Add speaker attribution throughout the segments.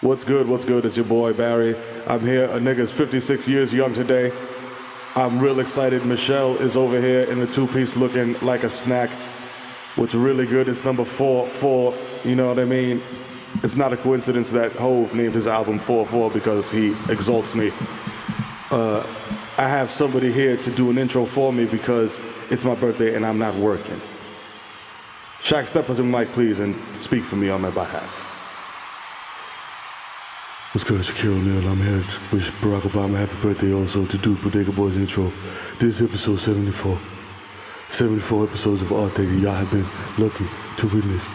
Speaker 1: What's good? What's good? It's your boy Barry. I'm here. A nigga's 56 years young today. I'm real excited. Michelle is over here in the two piece looking like a snack. What's really good, it's number four, four. You know what I mean? It's not a coincidence that Hove named his album 4 4 because he exalts me. Uh, I have somebody here to do an intro for me because it's my birthday and I'm not working. Shaq, step up to the mic, please, and speak for me on my behalf.
Speaker 2: What's good, it's Shaquille O'Neal. I'm here to wish Barack Obama happy birthday also to do Bodega Boys intro. This is episode 74. 74 episodes of Art Thinking. Y'all have been lucky to witness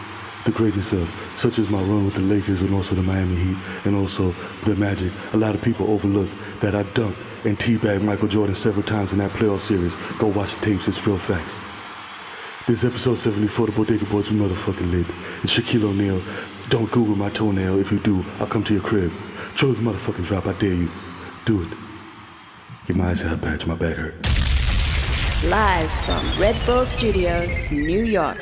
Speaker 2: the greatness of, such as my run with the Lakers and also the Miami Heat and also the Magic. A lot of people overlook that I dunked and teabagged Michael Jordan several times in that playoff series. Go watch the tapes, it's real facts. This is episode 74 of the Bodega Boys, we motherfucking lit. It's Shaquille O'Neal. Don't Google my toenail. If you do, I'll come to your crib. Throw the motherfucking drop, I dare you. Do it. Get my eyes out patch, my back hurt.
Speaker 3: Live from Red Bull Studios, New York.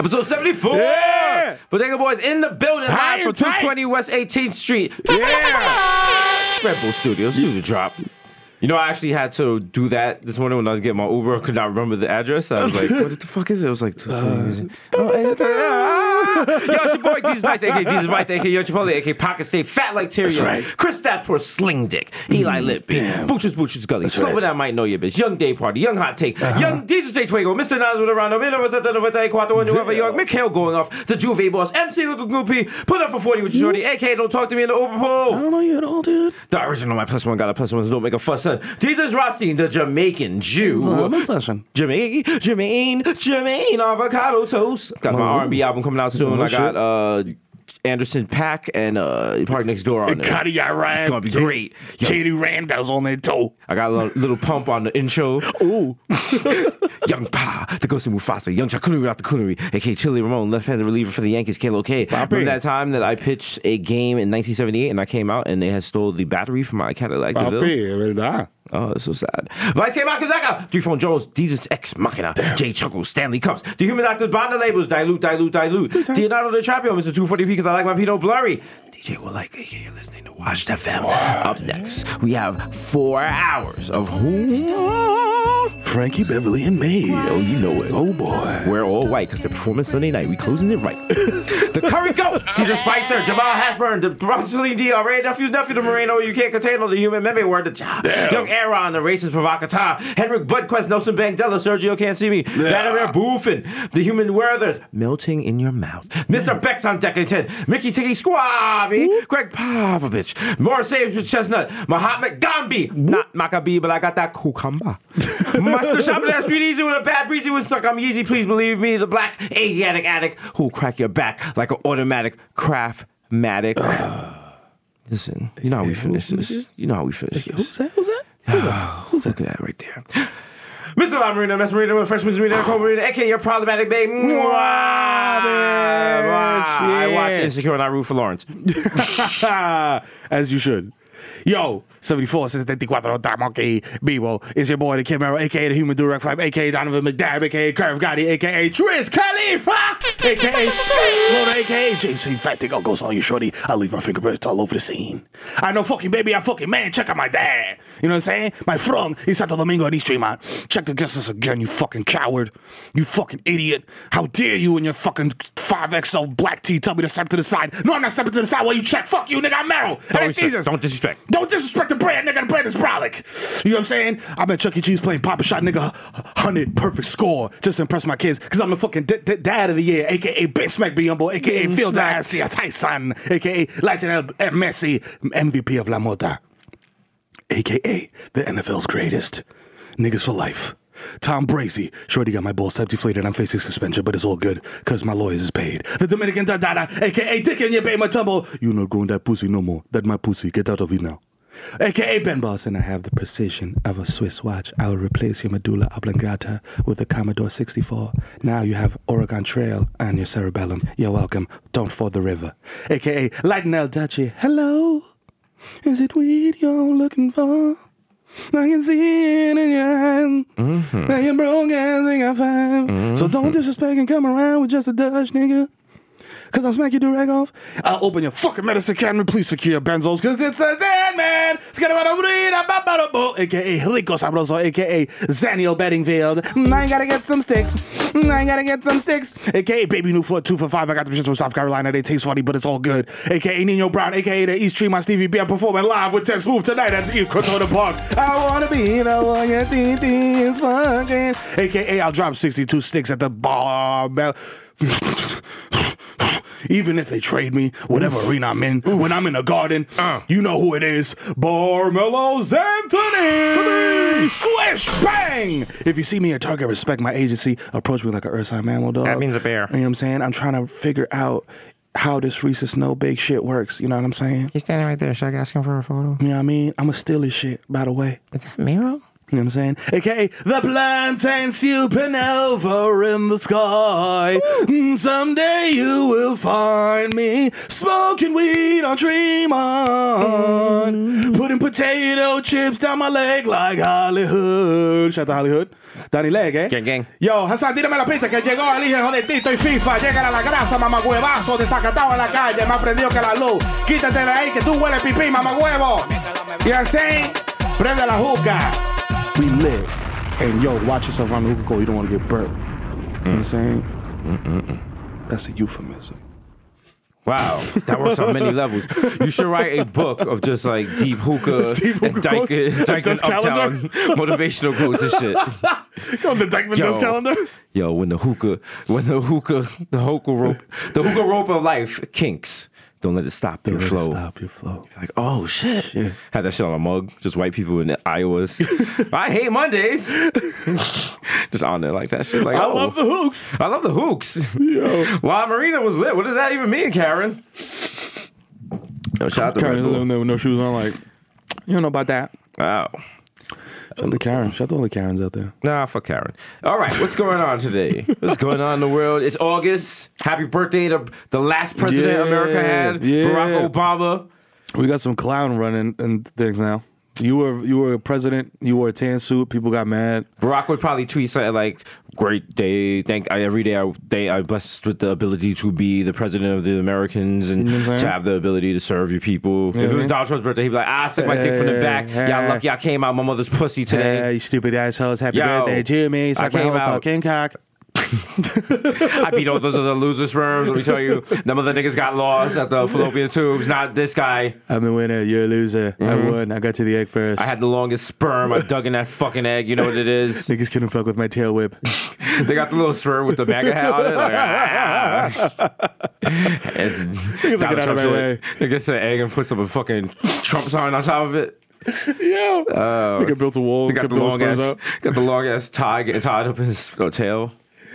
Speaker 4: Episode 74.
Speaker 5: Yeah.
Speaker 4: Bodega Boys in the building
Speaker 5: High
Speaker 4: live
Speaker 5: and
Speaker 4: from
Speaker 5: tight.
Speaker 4: 220 West 18th Street.
Speaker 5: Yeah.
Speaker 4: Red Bull Studios. Do the drop. You know, I actually had to do that this morning when I was getting my Uber. I could not remember the address. I was like, what the fuck is it? I was like,
Speaker 5: Uh,
Speaker 4: 220 West 18th. Oh, eh, Yo, it's your boy Jesus Vice, aka Jesus Vice, aka Yo Chipotle, aka Pocket State, Fat Like Tyrion,
Speaker 5: right. Mm,
Speaker 4: Chris Stafford, Sling Dick, Eli Lippy, Boochers Boochers Gully, Slow
Speaker 5: right. Uh-huh.
Speaker 4: That Might Know Your Bitch, Young Day Party, Young Hot Take, Young DJ State Fuego, Mr. Nas with a round of Minovas at the Novate, Quattro in Nueva York, Mikhail going off, The Juve Boss, MC Little Goopy, Put Up for 40 with your shorty, aka Don't Talk to Me in the Open Pool.
Speaker 5: don't know you at all, dude.
Speaker 4: The original My Plus One got a plus one, so don't make a fuss, son. Jesus Rothstein, the Jamaican Jew.
Speaker 5: session.
Speaker 4: Jermaine, Jermaine, Jermaine, avocado toast. Got my R&B album coming out soon. I got uh, Anderson Pack and uh, Party Next Door on there.
Speaker 5: Cardi Ryan.
Speaker 4: It's gonna be great. Yo.
Speaker 5: Katie Randall's on that toe.
Speaker 4: I got a little, little pump on the intro.
Speaker 5: Ooh.
Speaker 4: Young Pa, the ghost of Mufasa, Young Chakunuri out the Kunuri, aka Chili Ramon, left-handed reliever for the Yankees, Kalo K. Remember that time that I pitched a game in 1978 and I came out and they had stole the battery from my Cadillac DeVille?
Speaker 5: verdad.
Speaker 4: Oh, that's so sad. Vice K. Makazaka, Three Phone Jones, Jesus Ex Machina, J. Chuckles, Stanley Cups, The Human Doctors, Banda Labels, Dilute, Dilute, Dilute, Leonardo DiCaprio, Mr. 240p, because I like my Pinot Blurry. DJ Will Like, aka you're listening to Watch the Fam. Up next, we have four hours of who?
Speaker 2: Frankie Beverly and Maze. Oh, you know it. Oh, boy.
Speaker 4: We're all white because the performance Sunday night. We closing it right. the Curry Goat, DJ Spicer, Jamal Hashburn, the Rosaline D, our Ray Nephew's nephew, the Moreno, you can't contain all the human memory word, the job. Young Aaron, the racist provocateur, Henrik Budquest, Nelson Bangdella, Sergio Can't See Me, Vladimir Bufin, the human Werther's, melting in your mouth. Mr. Beck's on deck 10, Mickey Tiggy Squavi, Greg Pavlovich, more saves with Chestnut, Mahatma Gambi, not Maccabee, but I got that cucumber. Mustard shopping at Street Easy with a bad breezy with suck. I'm Yeezy, please believe me, the black Asiatic addict who'll crack your back like an automatic craftmatic. Listen, you know how we finish this. You know how we finish this.
Speaker 5: that? Who's that?
Speaker 4: Look at that right there. Mr. La Marina, Mr. Marina, with Freshman's Marina, Cold Marina, aka your problematic babe. Mwah, mwah. I
Speaker 5: yeah.
Speaker 4: watch Insecure and I root for Lawrence.
Speaker 1: As you should.
Speaker 5: Yo, 74, 74, Dom, aka Bebo. It's your boy, the Camaro, aka the Human Direct Flame, aka Donovan McDab, aka Curve Gotti, aka Triz Khalifa, aka Skate Loader, aka James C. Fat Dick goes on you, shorty. I leave my fingerprints all over the scene. I know fucking baby, I fucking man. Check out my dad. You know what I'm saying? My frong in Santo Domingo in East Tremont. Check the justice again, you fucking coward. You fucking idiot. How dare you and your fucking 5XL black tee tell me to step to the side. No, I'm not stepping to the side while you check. Fuck you, nigga. I'm Merrill. And
Speaker 4: Don't
Speaker 5: that's Jesus.
Speaker 4: disrespect. Don't disrespect.
Speaker 5: Don't disrespect the brand, nigga. The brand is brolic. You know what I'm saying? I'm at Chuck E. Cheese playing Papa Shot, nigga. 100 perfect score just to impress my kids. Because I'm the fucking d- d- dad of the year, aka Big Smack Biombo, aka
Speaker 4: Big
Speaker 5: Phil
Speaker 4: Smack.
Speaker 5: Dynasty, Tyson, aka Lionel Messi, MVP of La Mota, aka the NFL's greatest. Niggas for life. Tom Bracy. Shorty got my balls type deflated. I'm facing suspension, but it's all good because my lawyers is paid. The Dominican Dadada, aka Dick in your baby tumble. You not growing that pussy no more. That my pussy. Get out of it now. aka Ben Boss, and I have the precision of a Swiss watch. I will replace your medulla oblongata with a Commodore 64. Now you have Oregon Trail and your cerebellum. You're welcome. Don't ford the river. AKA Lightning El Duchy. Hello? Is it weed you're looking for? I can see it in your hand. That you're broke and think I'm fine. So don't disrespect and come around with just a Dutch nigga. Cause I'll smack you do rag off. I'll open your fucking medicine cabinet. Please secure your benzos. Cause it's the Zen Man. It's gonna about AKA Rico Sabroso. AKA Zaniel Beddingfield. Mm, I gotta get some sticks. Mm, I gotta get some sticks. AKA Baby New Foot 2 for 5. I got them shits from South Carolina. They taste funny, but it's all good. AKA Nino Brown. AKA the East Tree. My Stevie B. I'm performing live with 10 Smooth tonight at the Cortona Park. I wanna be the one your DD is fucking. AKA I'll drop 62 sticks at the barbell. Even if they trade me, whatever arena I'm in, when I'm in the garden,
Speaker 4: Uh.
Speaker 5: you know who it is. Barmelo's Anthony! Swish bang! If you see me at Target, respect my agency. Approach me like an Ursine mammal dog.
Speaker 4: That means a bear.
Speaker 5: You know what I'm saying? I'm trying to figure out how this Reese's Snow Bake shit works. You know what I'm saying?
Speaker 4: He's standing right there. Should I ask him for a photo?
Speaker 5: You know what I mean? I'm going to steal his shit, by the way.
Speaker 4: Is that Miro?
Speaker 5: You know what I'm saying? AKA the plantain supernova in the sky. Mm, Someday you will find me smoking weed on Mm. Tremont, putting potato chips down my leg like Hollywood. Shout out to Hollywood. Danny Leg, eh?
Speaker 4: Gang, gang.
Speaker 5: Yo, Hassan, tírame la pista que llegó el hijo de Tito y FIFA. Llega a la grasa, mamagüevazo, desacatado en la calle, más prendido que la luz. Quítate de ahí que tú hueles pipí, mamagüevo. You know what I'm saying? Prende la juca we lit. And yo, watch yourself around the hookah You don't want to get burnt. You know what I'm saying? That's a euphemism.
Speaker 4: Wow, that works on many levels. You should write a book of just like deep hookah,
Speaker 5: Deep hookah
Speaker 4: and dyke,
Speaker 5: quotes, and
Speaker 4: dyke and
Speaker 5: dust
Speaker 4: uptown
Speaker 5: calendar.
Speaker 4: motivational quotes and shit.
Speaker 5: Come the Dykeman
Speaker 4: Yo. Yo, when the hookah, when the hookah, the hookah rope, the hookah rope of life kinks, don't let it stop your flow.
Speaker 5: Stop your flow.
Speaker 4: Like, oh shit.
Speaker 5: Shit.
Speaker 4: Had that shit on a mug. Just white people in Iowa's. I hate Mondays. just on there like that shit. Like,
Speaker 5: I
Speaker 4: oh.
Speaker 5: love the hooks.
Speaker 4: I love the hooks. Wow, Marina was lit. What does that even mean, Karen? Yo, shout out to Red
Speaker 5: Karen's
Speaker 4: Bull.
Speaker 5: living there with no shoes on. Like, you don't know about that.
Speaker 4: Wow.
Speaker 5: Shout out to Karen. Shout out to all the Karens out there.
Speaker 4: Nah, fuck Karen. All right, what's going on today? what's going on in the world? It's August. Happy birthday to the last president
Speaker 5: Yeah,
Speaker 4: America had,
Speaker 5: yeah.
Speaker 4: Barack Obama.
Speaker 5: We got some clown running and things now. You were you were a president. You wore a tan suit. People got mad.
Speaker 4: Barack would probably tweet something like, "Great day, thank I, every day I day I'm blessed with the ability to be the president of the Americans and
Speaker 5: know what I'm
Speaker 4: to
Speaker 5: saying?
Speaker 4: have the ability to serve your people." If it was
Speaker 5: Mhm.
Speaker 4: Donald Trump's birthday, he'd be like, "Ah, "I suck my dick from the back.
Speaker 5: Hey,
Speaker 4: y'all
Speaker 5: hey.
Speaker 4: lucky I came out my mother's pussy today."
Speaker 5: Hey, you stupid assholes! Happy
Speaker 4: Yo,
Speaker 5: birthday to me!
Speaker 4: I
Speaker 5: Suck my
Speaker 4: came
Speaker 5: whole
Speaker 4: out.
Speaker 5: fucking cock.
Speaker 4: I beat all those other loser sperms. Let me tell you, them other niggas got lost at the fallopian tubes. Not this guy.
Speaker 5: I'm a winner. You're a loser. I won. Mm-hmm. I got to the egg first.
Speaker 4: I had the longest sperm. I dug in that fucking egg. You know what it is?
Speaker 5: Niggas couldn't fuck with my tail whip.
Speaker 4: They got the little sperm with the MAGA hat on it. Like, ah. It's Donald
Speaker 5: get out of
Speaker 4: Trump
Speaker 5: my
Speaker 4: shit.
Speaker 5: way.
Speaker 4: They gets an egg and puts up a fucking Trump sign on top of it.
Speaker 5: Yo. Nigga built a wall.
Speaker 4: They got
Speaker 5: kept
Speaker 4: the
Speaker 5: those
Speaker 4: long
Speaker 5: sperms
Speaker 4: ass,
Speaker 5: out.
Speaker 4: got the long ass tie getting tied up in his uh, tail.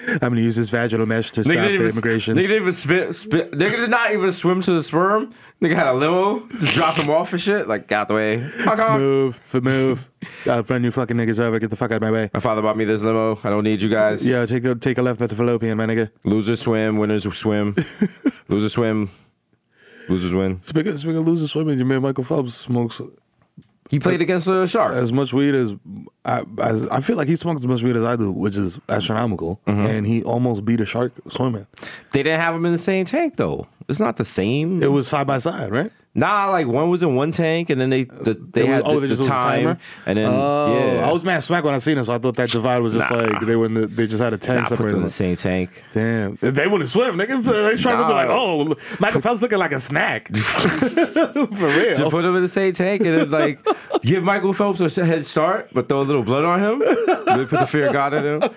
Speaker 5: I'm gonna use this vaginal mesh to stop
Speaker 4: Nigga
Speaker 5: the
Speaker 4: didn't, even, nigga
Speaker 5: immigrations.
Speaker 4: didn't even spit, spit. Nigga did not even swim to the sperm. Nigga had a limo, just dropped him off and shit. Like, got the way. Honk, honk.
Speaker 5: Move for move. I'll run you fucking niggas over. Get the fuck out of my way.
Speaker 4: My father bought me this limo. I don't need you guys.
Speaker 5: Yo, take a take a left at the fallopian, my nigga.
Speaker 4: Loser swim, winners swim. Loser swim, losers win.
Speaker 5: Speaking speaking of loser swimming, your man Michael Phelps smokes
Speaker 4: He played against a shark.
Speaker 5: as much weed as I, I I feel like he smokes as much weed as I do, which is astronomical. And he almost beat a shark swimming.
Speaker 4: They didn't have him in the same tank though. It's not the same.
Speaker 5: It was side by side, right?
Speaker 4: nah, like one was in one tank, and then they the, they
Speaker 5: It was- oh,
Speaker 4: had the,
Speaker 5: there
Speaker 4: the
Speaker 5: was a
Speaker 4: time,
Speaker 5: timer?
Speaker 4: and then
Speaker 5: oh,
Speaker 4: yeah,
Speaker 5: I was mad smack when I seen it, so I thought that divide was just
Speaker 4: Nah.
Speaker 5: like they were in the, they just had a
Speaker 4: nah,
Speaker 5: ten
Speaker 4: put them
Speaker 5: separating
Speaker 4: in the same
Speaker 5: them.
Speaker 4: tank.
Speaker 5: Damn, If they wouldn't swim. Nigga, they trying to
Speaker 4: Nah.
Speaker 5: be like, oh, look, Michael Phelps looking like a snack for
Speaker 4: Just
Speaker 5: real.
Speaker 4: put him in the same tank and then like give Michael Phelps a head start, but throw a little blood on him. Really put the fear of God in him.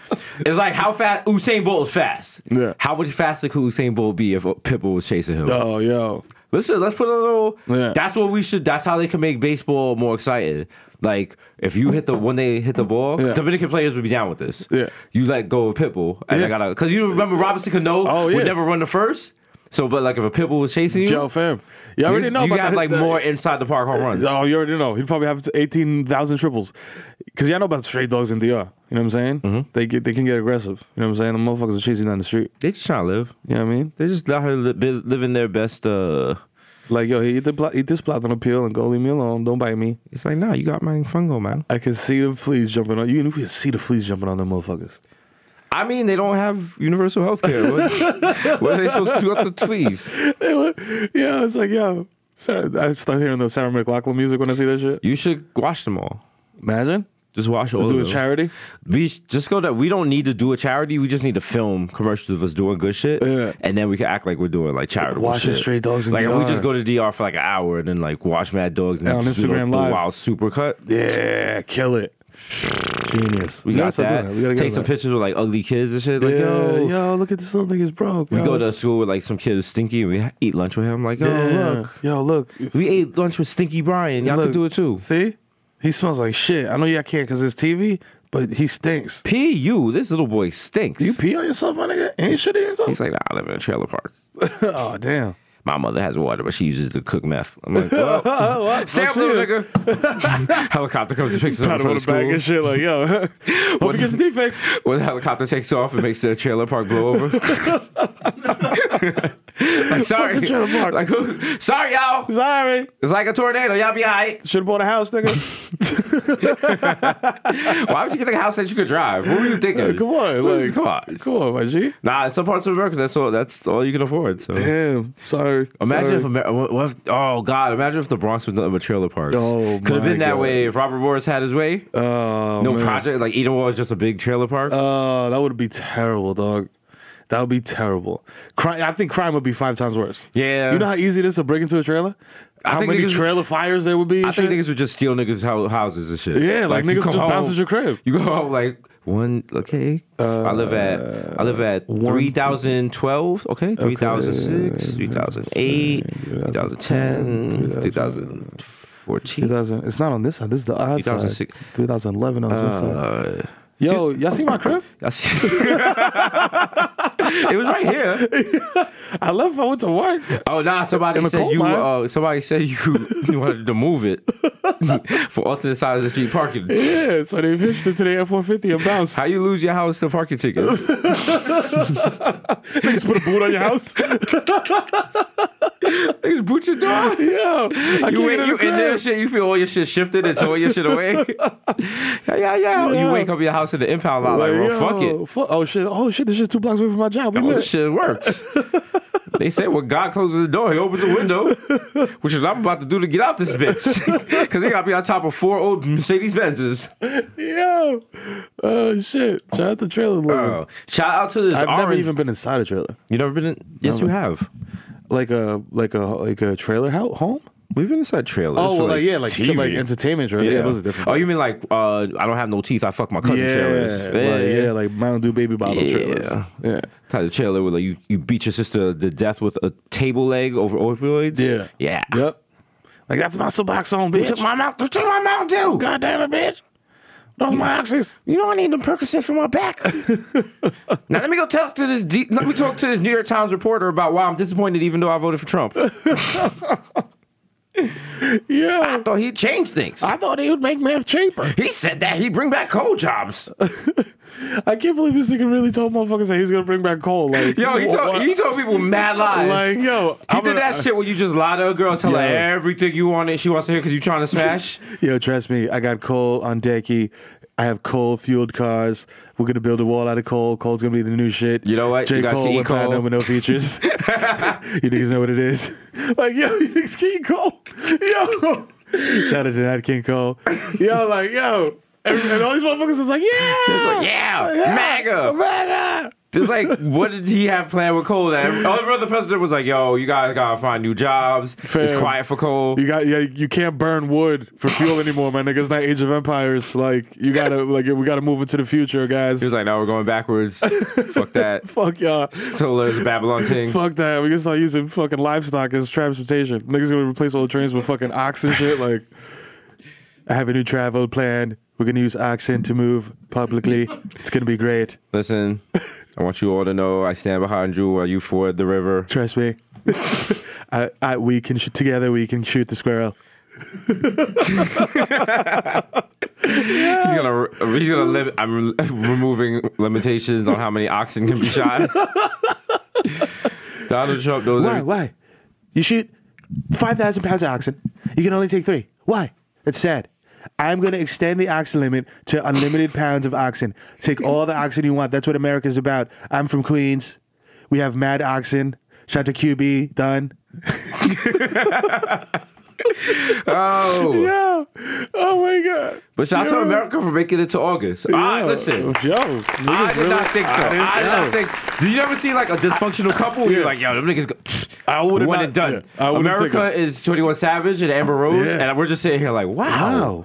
Speaker 4: It's like how fast Usain Bolt is fast.
Speaker 5: Yeah.
Speaker 4: How much faster could Usain Bolt be if Pitbull was chasing him?
Speaker 5: Oh, yo,
Speaker 4: Listen, let's put a little.
Speaker 5: Yeah.
Speaker 4: That's what we should. That's how they can make baseball more exciting. Like if you hit the when they hit the ball,
Speaker 5: Yeah.
Speaker 4: Dominican players would be down with this.
Speaker 5: Yeah.
Speaker 4: You let go of Pitbull, and
Speaker 5: Yeah.
Speaker 4: I gotta because you remember Robinson Cano
Speaker 5: Oh, yeah.
Speaker 4: would never run the first. So, but like if a pitbull was chasing you,
Speaker 5: Yo, fam. You already
Speaker 4: you,
Speaker 5: know
Speaker 4: you
Speaker 5: about
Speaker 4: got
Speaker 5: the-
Speaker 4: like
Speaker 5: the-
Speaker 4: more inside the park home runs.
Speaker 5: Oh, you already know. He'd probably have 18,000 triples. Because y'all know about stray dogs in DR. You know what I'm saying? They get, they can get aggressive. You know what I'm saying? The motherfuckers are chasing down the street.
Speaker 4: They just trying to live.
Speaker 5: You know what I mean?
Speaker 4: They just out here li- bi- living their best. uh
Speaker 5: Like, yo, he eat, the pla- eat this platinum pill and go leave me alone. Don't bite me.
Speaker 4: It's like, nah, you got my fungo, man.
Speaker 5: I can see the fleas jumping on. You can see the fleas jumping on them motherfuckers.
Speaker 4: I mean, they don't have universal health care. What, what are they supposed to do up the fleas?
Speaker 5: They were- yeah, it's like, yo. Sarah, I start hearing the Sarah McLaughlin music when I see that shit.
Speaker 4: You should wash them all.
Speaker 5: Imagine.
Speaker 4: Just wash all
Speaker 5: Do a
Speaker 4: of them.
Speaker 5: charity.
Speaker 4: we sh- just go that we don't need to do a charity. We just need to film commercials of us doing good shit,
Speaker 5: Yeah.
Speaker 4: and then we can act like we're doing like charitable
Speaker 5: Washing
Speaker 4: shit.
Speaker 5: stray dogs in
Speaker 4: like if we
Speaker 5: DR.
Speaker 4: just go to DR for like an hour and then like watch Mad Dogs and
Speaker 5: Yeah, on
Speaker 4: just do
Speaker 5: Instagram
Speaker 4: the- the
Speaker 5: Live.
Speaker 4: wild supercut.
Speaker 5: Yeah, kill it. Genius.
Speaker 4: We
Speaker 5: gotta
Speaker 4: got
Speaker 5: start doing
Speaker 4: that.
Speaker 5: We gotta get
Speaker 4: Take
Speaker 5: on
Speaker 4: some
Speaker 5: that.
Speaker 4: pictures with like ugly kids and shit. Like yo,
Speaker 5: yeah, yo, look at this little nigga's broke.
Speaker 4: we
Speaker 5: yo.
Speaker 4: go to school with like some kid who's stinky and we ha- eat lunch with him. Like yo,
Speaker 5: Yeah.
Speaker 4: look,
Speaker 5: Yo, look.
Speaker 4: we ate lunch with Stinky Brian. Y'all
Speaker 5: Look.
Speaker 4: can do it too.
Speaker 5: See? He smells like shit. I know y'all can't because it's TV, but he stinks.
Speaker 4: Pu, this little boy stinks.
Speaker 5: You pee on yourself, my nigga? Ain't shit on yourself?
Speaker 4: He's like, nah, I live in a trailer park.
Speaker 5: oh, damn.
Speaker 4: my mother has water, but she uses it to cook meth. I'm like, well, stay up, little nigga. helicopter comes and picks us up
Speaker 5: Pat him
Speaker 4: from
Speaker 5: on
Speaker 4: the
Speaker 5: the back
Speaker 4: school.
Speaker 5: and shit like, yo, hope
Speaker 4: What-
Speaker 5: he gets defects.
Speaker 4: When the helicopter takes off, it makes the trailer park blow over. like, sorry,
Speaker 5: Fucking trailer park.
Speaker 4: Like, who- sorry, y'all.
Speaker 5: Sorry.
Speaker 4: It's like a tornado. Y'all be all right.
Speaker 5: Should have bought a house, nigga.
Speaker 4: Why would you get a house that you could drive? What were you thinking?
Speaker 5: Come on. Like,
Speaker 4: come on.
Speaker 5: Come on, my G.
Speaker 4: Nah, in some parts of America, that's all. That's all you can afford. So.
Speaker 5: Damn. Sorry.
Speaker 4: Imagine if,
Speaker 5: Sorry.
Speaker 4: Amer- what what if oh god! Imagine if the Bronx was nothing but trailer parks.
Speaker 5: Oh,
Speaker 4: could have
Speaker 5: my
Speaker 4: been that
Speaker 5: God.
Speaker 4: way if Robert Morris had his way.
Speaker 5: Oh,
Speaker 4: no
Speaker 5: man.
Speaker 4: project like Eden Wall is just a big trailer park.
Speaker 5: Oh, that would be terrible, dog. That would be terrible. Crime, I think crime would be five times worse.
Speaker 4: Yeah.
Speaker 5: You know how easy it is to break into a trailer?
Speaker 4: I
Speaker 5: How
Speaker 4: think
Speaker 5: many
Speaker 4: niggas-
Speaker 5: trailer fires there would be? and
Speaker 4: I think
Speaker 5: shit?
Speaker 4: niggas would just steal niggas' hou- houses and shit.
Speaker 5: Yeah, like,
Speaker 4: you
Speaker 5: niggas
Speaker 4: come
Speaker 5: just bounce
Speaker 4: home-
Speaker 5: at your crib.
Speaker 4: You go home like one. Okay, I live at I live
Speaker 5: Uh,
Speaker 4: at three thousand twelve. Okay, three thousand six, three thousand eight, three thousand ten, three thousand fourteen.
Speaker 5: 2000. It's not on this side. This is the odd side.
Speaker 4: 2006.
Speaker 5: 2011 on this side.
Speaker 4: Uh,
Speaker 5: Yo, y'all see my crib?
Speaker 4: I see- it was right here.
Speaker 5: I left. I went to work.
Speaker 4: Oh nah! Somebody
Speaker 5: In a
Speaker 4: said
Speaker 5: coal
Speaker 4: you.
Speaker 5: mine.
Speaker 4: Uh, somebody said you, you wanted to move it for alternate side of the street parking.
Speaker 5: Yeah, so they hitched it to the F-150 and bounced.
Speaker 4: How you lose your house to parking tickets?
Speaker 5: Niggas put a boot on your house.
Speaker 4: They just boot your door.
Speaker 5: Yo, I
Speaker 4: You
Speaker 5: can't
Speaker 4: wake
Speaker 5: get in
Speaker 4: you
Speaker 5: the
Speaker 4: in there,
Speaker 5: crib.
Speaker 4: shit. You feel all your shit shifted and tore your shit away. yeah, yeah, yeah,
Speaker 5: Yeah.
Speaker 4: You wake up in your house in the impound lot like, well, fuck
Speaker 5: yo,
Speaker 4: it.
Speaker 5: fu- oh shit! Oh shit! This shit's two blocks away from my job. We
Speaker 4: All this
Speaker 5: lit.
Speaker 4: shit works. they say when God closes the door, He opens the window, which is what I'm about to do to get out this bitch because they got me on top of four old Mercedes Benzes.
Speaker 5: Yo, oh shit! Shout out the trailer. living.
Speaker 4: Oh, shout out to this
Speaker 5: I've
Speaker 4: orange.
Speaker 5: never even been inside a trailer,
Speaker 4: you never been? in Yes, you have.
Speaker 5: like a like a like a trailer ho- home.
Speaker 4: We've been inside trailers.
Speaker 5: Oh,
Speaker 4: for,
Speaker 5: well, like, yeah, like
Speaker 4: TV.
Speaker 5: like entertainment trailer. Yeah, those are different.
Speaker 4: Oh, you mean like uh, I don't have no teeth. I fuck my cousin trailers.
Speaker 5: Like, yeah, like Mountain Dew baby bottle
Speaker 4: Yeah.
Speaker 5: trailers. Oh, Yeah.
Speaker 4: Type of trailer where like you, you beat your sister to death with a table leg over opioids.
Speaker 5: Yeah.
Speaker 4: Yeah.
Speaker 5: Yep. Like that's my suboxone, bitch.
Speaker 4: Took my mouth took my mouth too.
Speaker 5: God damn it, bitch. Those my oxys.
Speaker 4: You know I need them Percocet for my back. now let me go talk to this D- let me talk to this New York Times reporter about why I'm disappointed even though I voted for Trump. I
Speaker 5: Yeah.
Speaker 4: thought he'd change things.
Speaker 5: I thought he would make meth cheaper.
Speaker 4: he said that he'd bring back coal jobs.
Speaker 5: I can't believe this nigga really told motherfuckers that he was gonna bring back coal. Like,
Speaker 4: Yo, he
Speaker 5: wha-
Speaker 4: told
Speaker 5: wha-
Speaker 4: he told people mad lies.
Speaker 5: like, yo,
Speaker 4: He
Speaker 5: I'm
Speaker 4: did
Speaker 5: gonna-
Speaker 4: that shit where you just lie to a girl, tell her
Speaker 5: Yeah.
Speaker 4: everything you want and she wants to hear because you trying to smash.
Speaker 5: Yo, trust me, I got coal on decky. I have coal fueled cars. We're gonna build a wall out of coal. Coal's gonna be the new shit.
Speaker 4: You know what?
Speaker 5: J.
Speaker 4: You guys
Speaker 5: Cole
Speaker 4: can eat
Speaker 5: went
Speaker 4: coal.
Speaker 5: platinum with no features. you niggas know what it is. Like, yo, you niggas can eat coal. Yo. Shout out to Nat King Cole. Yo, like, yo. And, and all these motherfuckers is like, yeah.
Speaker 4: yeah, MAGA.
Speaker 5: MAGA.
Speaker 4: It's like, what did he have planned with Cole? That every other president was like, "Yo, you guys gotta find new jobs. It's
Speaker 5: Fam.
Speaker 4: quiet for Cole."
Speaker 5: You got yeah. You can't burn wood for fuel anymore, my nigga. It's not Age of Empires. Like you gotta like we gotta move into the future, guys.
Speaker 4: He was like, "No, we're going backwards. Fuck that.
Speaker 5: Fuck y'all.
Speaker 4: Solar is a Babylon thing."
Speaker 5: Fuck that. We can start using fucking livestock as transportation. Niggas gonna replace all the trains with fucking ox and shit. Like, I have a new travel plan. We're gonna use accent to move publicly. It's gonna be great.
Speaker 4: Listen, I want you all to know I stand behind you while you ford the river.
Speaker 5: Trust me. I, I, we can sh- together. We can shoot the squirrel.
Speaker 4: He's gonna, he's gonna live. I'm re- removing limitations on how many oxen can be shot. Donald Trump knows.
Speaker 6: Why?
Speaker 4: every-
Speaker 6: Why? You shoot 5,000 pounds of oxen. You can only take three. Why? It's sad. I'm going to extend the oxen limit to unlimited pounds of oxen. Take all the oxen you want. That's what America's about. I'm from Queens. We have mad oxen. Shout to QB. Done.
Speaker 4: Oh,
Speaker 5: Oh, oh my god.
Speaker 4: but shout out to America for making it to August. I listen.
Speaker 5: Yo,
Speaker 4: I
Speaker 5: niggas
Speaker 4: did
Speaker 5: really-
Speaker 4: not think so.
Speaker 5: didn't-
Speaker 4: I did
Speaker 5: yo.
Speaker 4: not think. Do you ever see like a dysfunctional couple? You're like, yo, them niggas. Go, I
Speaker 5: would've
Speaker 4: one
Speaker 5: not-
Speaker 4: and done.
Speaker 5: yeah, I wouldn't take
Speaker 4: America is 21 Savage and Amber Rose,
Speaker 5: Yeah.
Speaker 4: and we're just sitting here like, wow,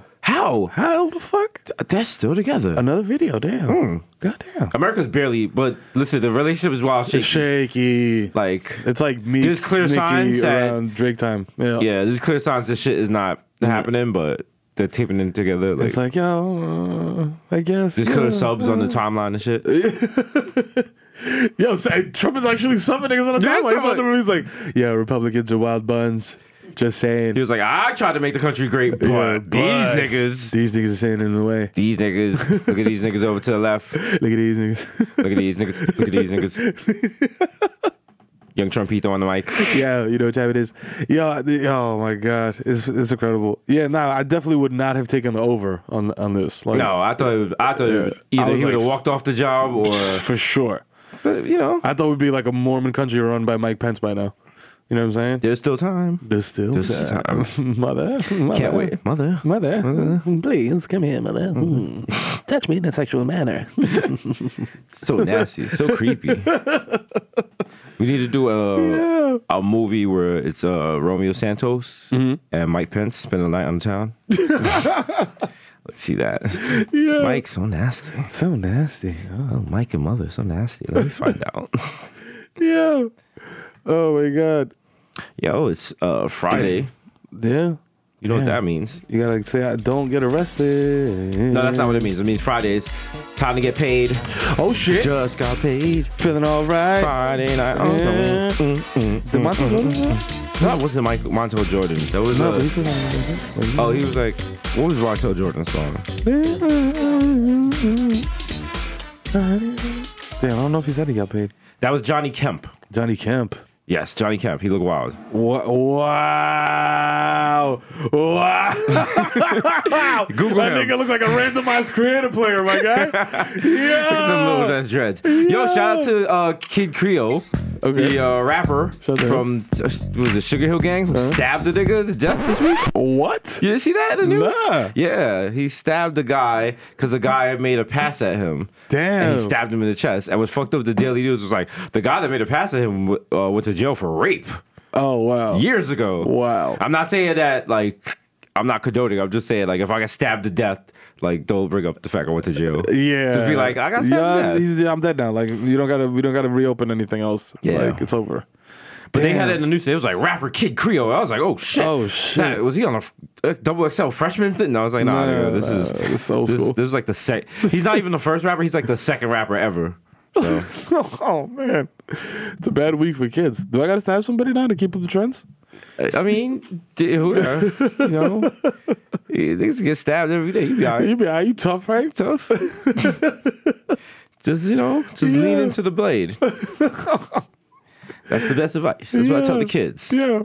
Speaker 6: Wow.
Speaker 4: how,
Speaker 6: How the fuck?
Speaker 4: they're still together.
Speaker 6: Another video. Damn.
Speaker 4: Hmm.
Speaker 6: Goddamn.
Speaker 4: America's barely, but listen, the relationship is wild shaky.
Speaker 5: It's shaky.
Speaker 4: Like,
Speaker 5: It's like me.
Speaker 4: There's clear
Speaker 5: Nicki
Speaker 4: signs that-
Speaker 5: around Drake time. Yeah.
Speaker 4: yeah, there's clear signs this shit is not happening, but they're taping it together. Mm-hmm. Like, Mm-hmm.
Speaker 5: It's like yo, uh, I guess.
Speaker 4: there's
Speaker 5: yeah.
Speaker 4: clear subs on the timeline and shit.
Speaker 5: Yo, say, Trump is actually summing niggas on the
Speaker 4: Yeah,
Speaker 5: timeline. He's on
Speaker 4: someone-
Speaker 5: the room, He's like, yeah, Republicans are wild buns. Just saying.
Speaker 4: He was like, I tried to make the country great, but
Speaker 5: Yeah,
Speaker 4: these
Speaker 5: but
Speaker 4: niggas,
Speaker 5: These niggas are standing in the way.
Speaker 4: these niggas, look at these niggas over to the left. Look
Speaker 5: Look at these niggas.
Speaker 4: at these niggas, look at these niggas. Young Trumpito on the mic.
Speaker 5: yeah, you know what time it is. Yo, the, oh my god, it's it's incredible. Yeah, no, I definitely would not have taken the over on on this. Like,
Speaker 4: No, I thought, it was- I thought it was
Speaker 5: Yeah. I
Speaker 4: either
Speaker 5: was
Speaker 4: he would have
Speaker 5: like-
Speaker 4: walked off the job or,
Speaker 5: for sure.
Speaker 4: you know,
Speaker 5: I thought we'd be like a Mormon country run by Mike Pence by now. You know what I'm saying?
Speaker 4: there's still time.
Speaker 5: There's still
Speaker 4: There's still time.
Speaker 5: mother, mother.
Speaker 4: Can't wait, mother.
Speaker 5: Mother. Mm-hmm.
Speaker 6: Please come here, mother.
Speaker 5: Hmm.
Speaker 6: Touch me in a sexual manner.
Speaker 4: So nasty, so creepy. We need to do a a movie where it's uh, Romeo Santos
Speaker 5: Mm-hmm.
Speaker 4: and Mike Pence spend the night on town. Let's see that. Mike, so nasty.
Speaker 5: So nasty.
Speaker 4: Oh, Mike and mother, so nasty. Let me find out.
Speaker 5: Yeah. Oh my god.
Speaker 4: Yo, it's uh, Friday.
Speaker 5: Yeah.
Speaker 4: You know what
Speaker 5: Yeah.
Speaker 4: that means?
Speaker 5: You gotta say I don't get arrested.
Speaker 4: No, that's not what it means. It means Friday is time to get paid.
Speaker 5: Oh shit.
Speaker 4: Just got paid.
Speaker 5: Feeling all right.
Speaker 4: Friday night.
Speaker 5: Yeah.
Speaker 4: Oh,
Speaker 5: Did Monty
Speaker 4: Mm-hmm.
Speaker 5: go to that?
Speaker 4: That wasn't Mike Montel Jordan. That was
Speaker 5: No,
Speaker 4: uh,
Speaker 5: but he said, uh,
Speaker 4: oh, he was like, what was Montel Jordan's song? Mm-hmm.
Speaker 5: Damn, I don't know if he said he got paid.
Speaker 4: That was Johnny Kemp.
Speaker 5: Johnny Kemp.
Speaker 4: Yes, Johnny Kemp. He looked wild.
Speaker 5: Wha- Wow. Wow.
Speaker 4: Google
Speaker 5: that
Speaker 4: him.
Speaker 5: nigga look like a randomized creator player, my guy.
Speaker 4: Them little
Speaker 5: yeah.
Speaker 4: Nas dreads. Yo, shout out to uh, Kid Creole,
Speaker 5: Okay.
Speaker 4: the uh, rapper
Speaker 5: Shout out to Uh-huh.
Speaker 4: from uh, was it Sugar Hill Gang who stabbed the nigga to death this week.
Speaker 5: What?
Speaker 4: You didn't see that in the news?
Speaker 5: Nah.
Speaker 4: Yeah, he stabbed a guy because a guy made a pass at him. And
Speaker 5: Damn.
Speaker 4: he stabbed him in the chest. And was fucked up. The Daily News was like, the guy that made a pass at him uh, went to jail for rape.
Speaker 5: Oh wow.
Speaker 4: years ago.
Speaker 5: Wow.
Speaker 4: I'm not saying that like I'm not condoning. I'm just saying like if I get stabbed to death, like don't bring up the fact I went to jail.
Speaker 5: Yeah.
Speaker 4: Just be like, I got stabbed to
Speaker 5: yeah,
Speaker 4: death.
Speaker 5: he's- yeah, I'm dead now. Like you don't gotta we don't gotta reopen anything else.
Speaker 4: Yeah.
Speaker 5: Like it's over.
Speaker 4: But they had
Speaker 5: Damn.
Speaker 4: it in the news. today. It was like rapper Kid Creole. I was like, oh shit.
Speaker 5: Oh, shit.
Speaker 4: That- was he on a f- a double XL freshman thing? And I was like, nah,
Speaker 5: Nah,
Speaker 4: nigga, this
Speaker 5: nah,
Speaker 4: is
Speaker 5: it's old
Speaker 4: this,
Speaker 5: school.
Speaker 4: this is like the sec. He's not even the first rapper. He's like the second rapper ever. So
Speaker 5: oh man. It's a bad week for kids. Do I gotta stab somebody now to keep up the trends?
Speaker 4: I- I mean, d- who the- you know, niggas get stabbed every day. You be all right.
Speaker 5: You be are you tough, right?
Speaker 4: tough. just you know, just lean into the blade. That's the best advice. That's what I tell the
Speaker 5: Yeah.
Speaker 4: kids.
Speaker 5: Yeah.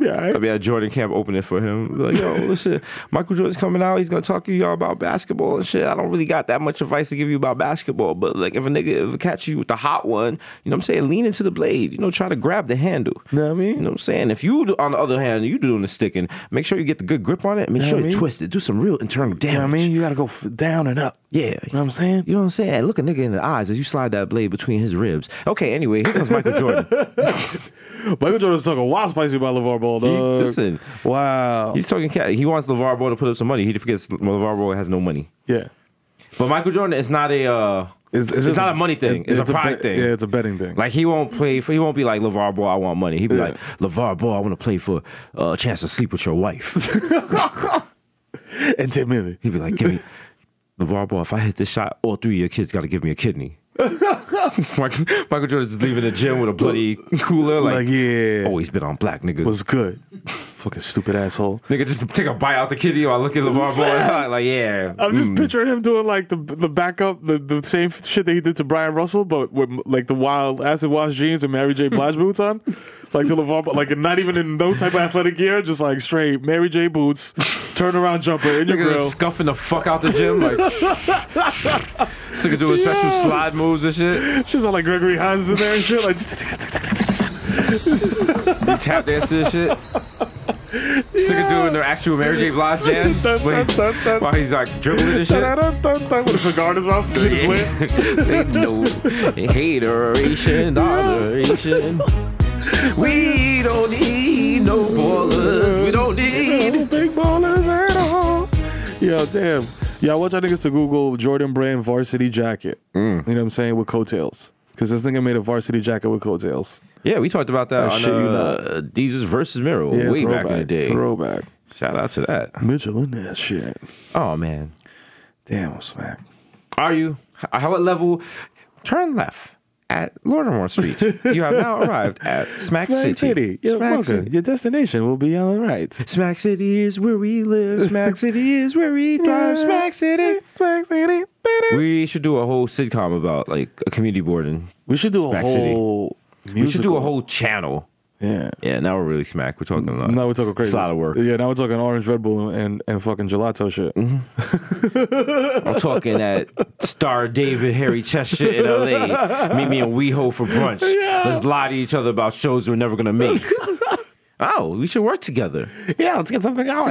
Speaker 5: Yeah,
Speaker 4: I mean, at Jordan camp opening for him. Like, yo, listen, Michael Jordan's coming out. He's gonna talk to y'all about basketball and shit. I don't really got that much advice to give you about basketball, but like, if a nigga ever catch you with the hot one, you know what I'm saying? Lean into the blade. You know, try to grab the handle.
Speaker 5: Know what I mean?
Speaker 4: You know what I'm saying? If you, on the other hand, you doing the sticking, make sure you get the good grip on it. Make
Speaker 5: Know
Speaker 4: sure
Speaker 5: what I
Speaker 4: you
Speaker 5: mean?
Speaker 4: twist it. Do some real internal damage.
Speaker 5: You know what I mean? You gotta go f- down and up.
Speaker 4: Yeah.
Speaker 5: You know what I'm saying?
Speaker 4: You know what I'm saying? Look a nigga in the eyes as you slide that blade between his ribs. Okay, anyway, here comes Michael Jordan.
Speaker 5: Michael Jordan's talking wild spicy about LeVar Ball, dog.
Speaker 4: listen.
Speaker 5: Wow.
Speaker 4: He's talking cat. He wants LeVar Ball to put up some money. He forgets LeVar Ball has no money.
Speaker 5: yeah.
Speaker 4: But Michael Jordan is not a uh it's,
Speaker 5: just-
Speaker 4: not a money thing.
Speaker 5: it-
Speaker 4: it's, a pride
Speaker 5: bet-
Speaker 4: thing.
Speaker 5: Yeah, it's a betting thing.
Speaker 4: like he won't play for he won't be like LeVar Ball, I want money. He'd be
Speaker 5: Yeah.
Speaker 4: like, LeVar Ball, I want to play for uh, a chance to sleep with your wife.
Speaker 5: and 10 million.
Speaker 4: He'd be like, Give me LeVar Ball, if I hit this shot, all three of your kids got to give me a kidney. Michael, Michael Jordan's leaving the gym with a bloody cooler. Like,
Speaker 5: Like, yeah.
Speaker 4: Always been on black, nigga.
Speaker 5: was good. Fucking stupid asshole.
Speaker 4: nigga, just take a bite out the kidney while I look at LeVar Ball. like, yeah. Mm.
Speaker 5: I'm just picturing him doing like the the backup, the, the same shit that he did to Brian Russell, but with like the wild acid wash jeans and Mary J. Blige boots on, like to LeVar, but like not even in no type of athletic gear, just like straight Mary J. boots, turnaround jumper in your
Speaker 4: Nigga
Speaker 5: grill.
Speaker 4: just scuffing the fuck out the gym. Like, nigga doing special
Speaker 5: Yeah.
Speaker 4: slide moves and shit.
Speaker 5: She's all like Gregory Hines in there and shit. Like,
Speaker 4: He tap dancing and shit. Nigga doing their actual Mary J. Blige jams
Speaker 5: Dun,
Speaker 4: while,
Speaker 5: dun, dun,
Speaker 4: he,
Speaker 5: dun.
Speaker 4: while he's like dribbling and shit.
Speaker 5: "Da-da-da-da-da," with a cigar in his mouth, shit is lit.
Speaker 4: they know hateration, adoration. We don't need no ballers. We don't
Speaker 5: No
Speaker 4: need.
Speaker 5: big ballers at all. Yo, damn. Yo, I want y'all niggas to Google Jordan Brand varsity jacket. You know what I'm saying? With coattails. Because this nigga made a varsity jacket with coattails.
Speaker 4: Yeah, we talked about that
Speaker 5: Oh,
Speaker 4: on
Speaker 5: shit, you
Speaker 4: uh, Jesus versus Miro
Speaker 5: Yeah,
Speaker 4: way
Speaker 5: throwback,
Speaker 4: back in the day.
Speaker 5: Throwback.
Speaker 4: Shout out to that.
Speaker 5: Mitchell in that shit.
Speaker 4: Oh man,
Speaker 5: Damn, I'm smack.
Speaker 4: are you? h- How what level? Turn left at Lortimore Street. you have now arrived at Smack, City.
Speaker 5: You're
Speaker 4: Smack
Speaker 5: welcome.
Speaker 4: City.
Speaker 5: Your destination will be on the right.
Speaker 4: Smack City is where we live. Smack City is where we thrive. Smack City.
Speaker 5: Smack City.
Speaker 4: We should do a whole sitcom about like a community board and
Speaker 5: We should do a
Speaker 4: Smack City.
Speaker 5: whole.
Speaker 4: we should do a
Speaker 5: musical.
Speaker 4: whole channel.
Speaker 5: Yeah.
Speaker 4: Yeah, now we're really smack. We're talking a lot.
Speaker 5: Now we're talking crazy.
Speaker 4: It's a lot of work. Mm-hmm.
Speaker 5: Yeah, now we're talking orange Red Bull and, and fucking gelato shit.
Speaker 4: I'm talking that star David Harry Chess shit in LA. Meet me in WeHo for brunch. Let's lie to each other about shows we're never gonna make. oh, we should work together.
Speaker 5: Yeah, let's get something going.
Speaker 4: Oh,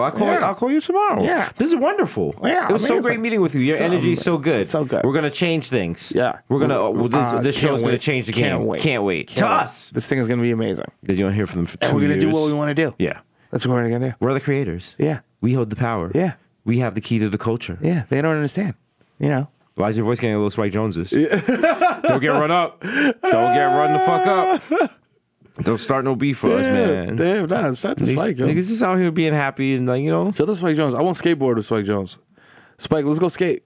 Speaker 4: I'll call,
Speaker 5: Yeah.
Speaker 4: I'll call you tomorrow.
Speaker 5: Yeah.
Speaker 4: This is wonderful.
Speaker 5: Yeah,
Speaker 4: It was so
Speaker 5: amazing.
Speaker 4: great meeting with you. Your
Speaker 5: So-
Speaker 4: energy is so good.
Speaker 5: so good.
Speaker 4: We're going to change things.
Speaker 5: Yeah.
Speaker 4: We're going to, well, this,
Speaker 5: Uh,
Speaker 4: this show's going
Speaker 5: can't
Speaker 4: to
Speaker 5: wait.
Speaker 4: change the game.
Speaker 5: Can't wait.
Speaker 4: Can't wait. to us.
Speaker 5: This thing is gonna be amazing.
Speaker 4: Then you don't hear from them for two
Speaker 5: And we're gonna do
Speaker 4: years.
Speaker 5: what we want to do.
Speaker 4: Yeah.
Speaker 5: That's what we're gonna do.
Speaker 4: We're the creators.
Speaker 5: Yeah.
Speaker 4: We hold the power.
Speaker 5: Yeah.
Speaker 4: We have the key to the culture.
Speaker 5: Yeah, they don't understand. You know.
Speaker 4: Why is your voice getting a little Spike Joneses? Don't get run up. Don't get run the fuck up. Don't start no beef for us, man.
Speaker 5: damn, nah, it's not the
Speaker 4: These
Speaker 5: Spike. yo.
Speaker 4: niggas just out here being happy and like, you know,
Speaker 5: Show the Spike Jones. I won't skateboard with Spike Jones. Spike, let's go skate.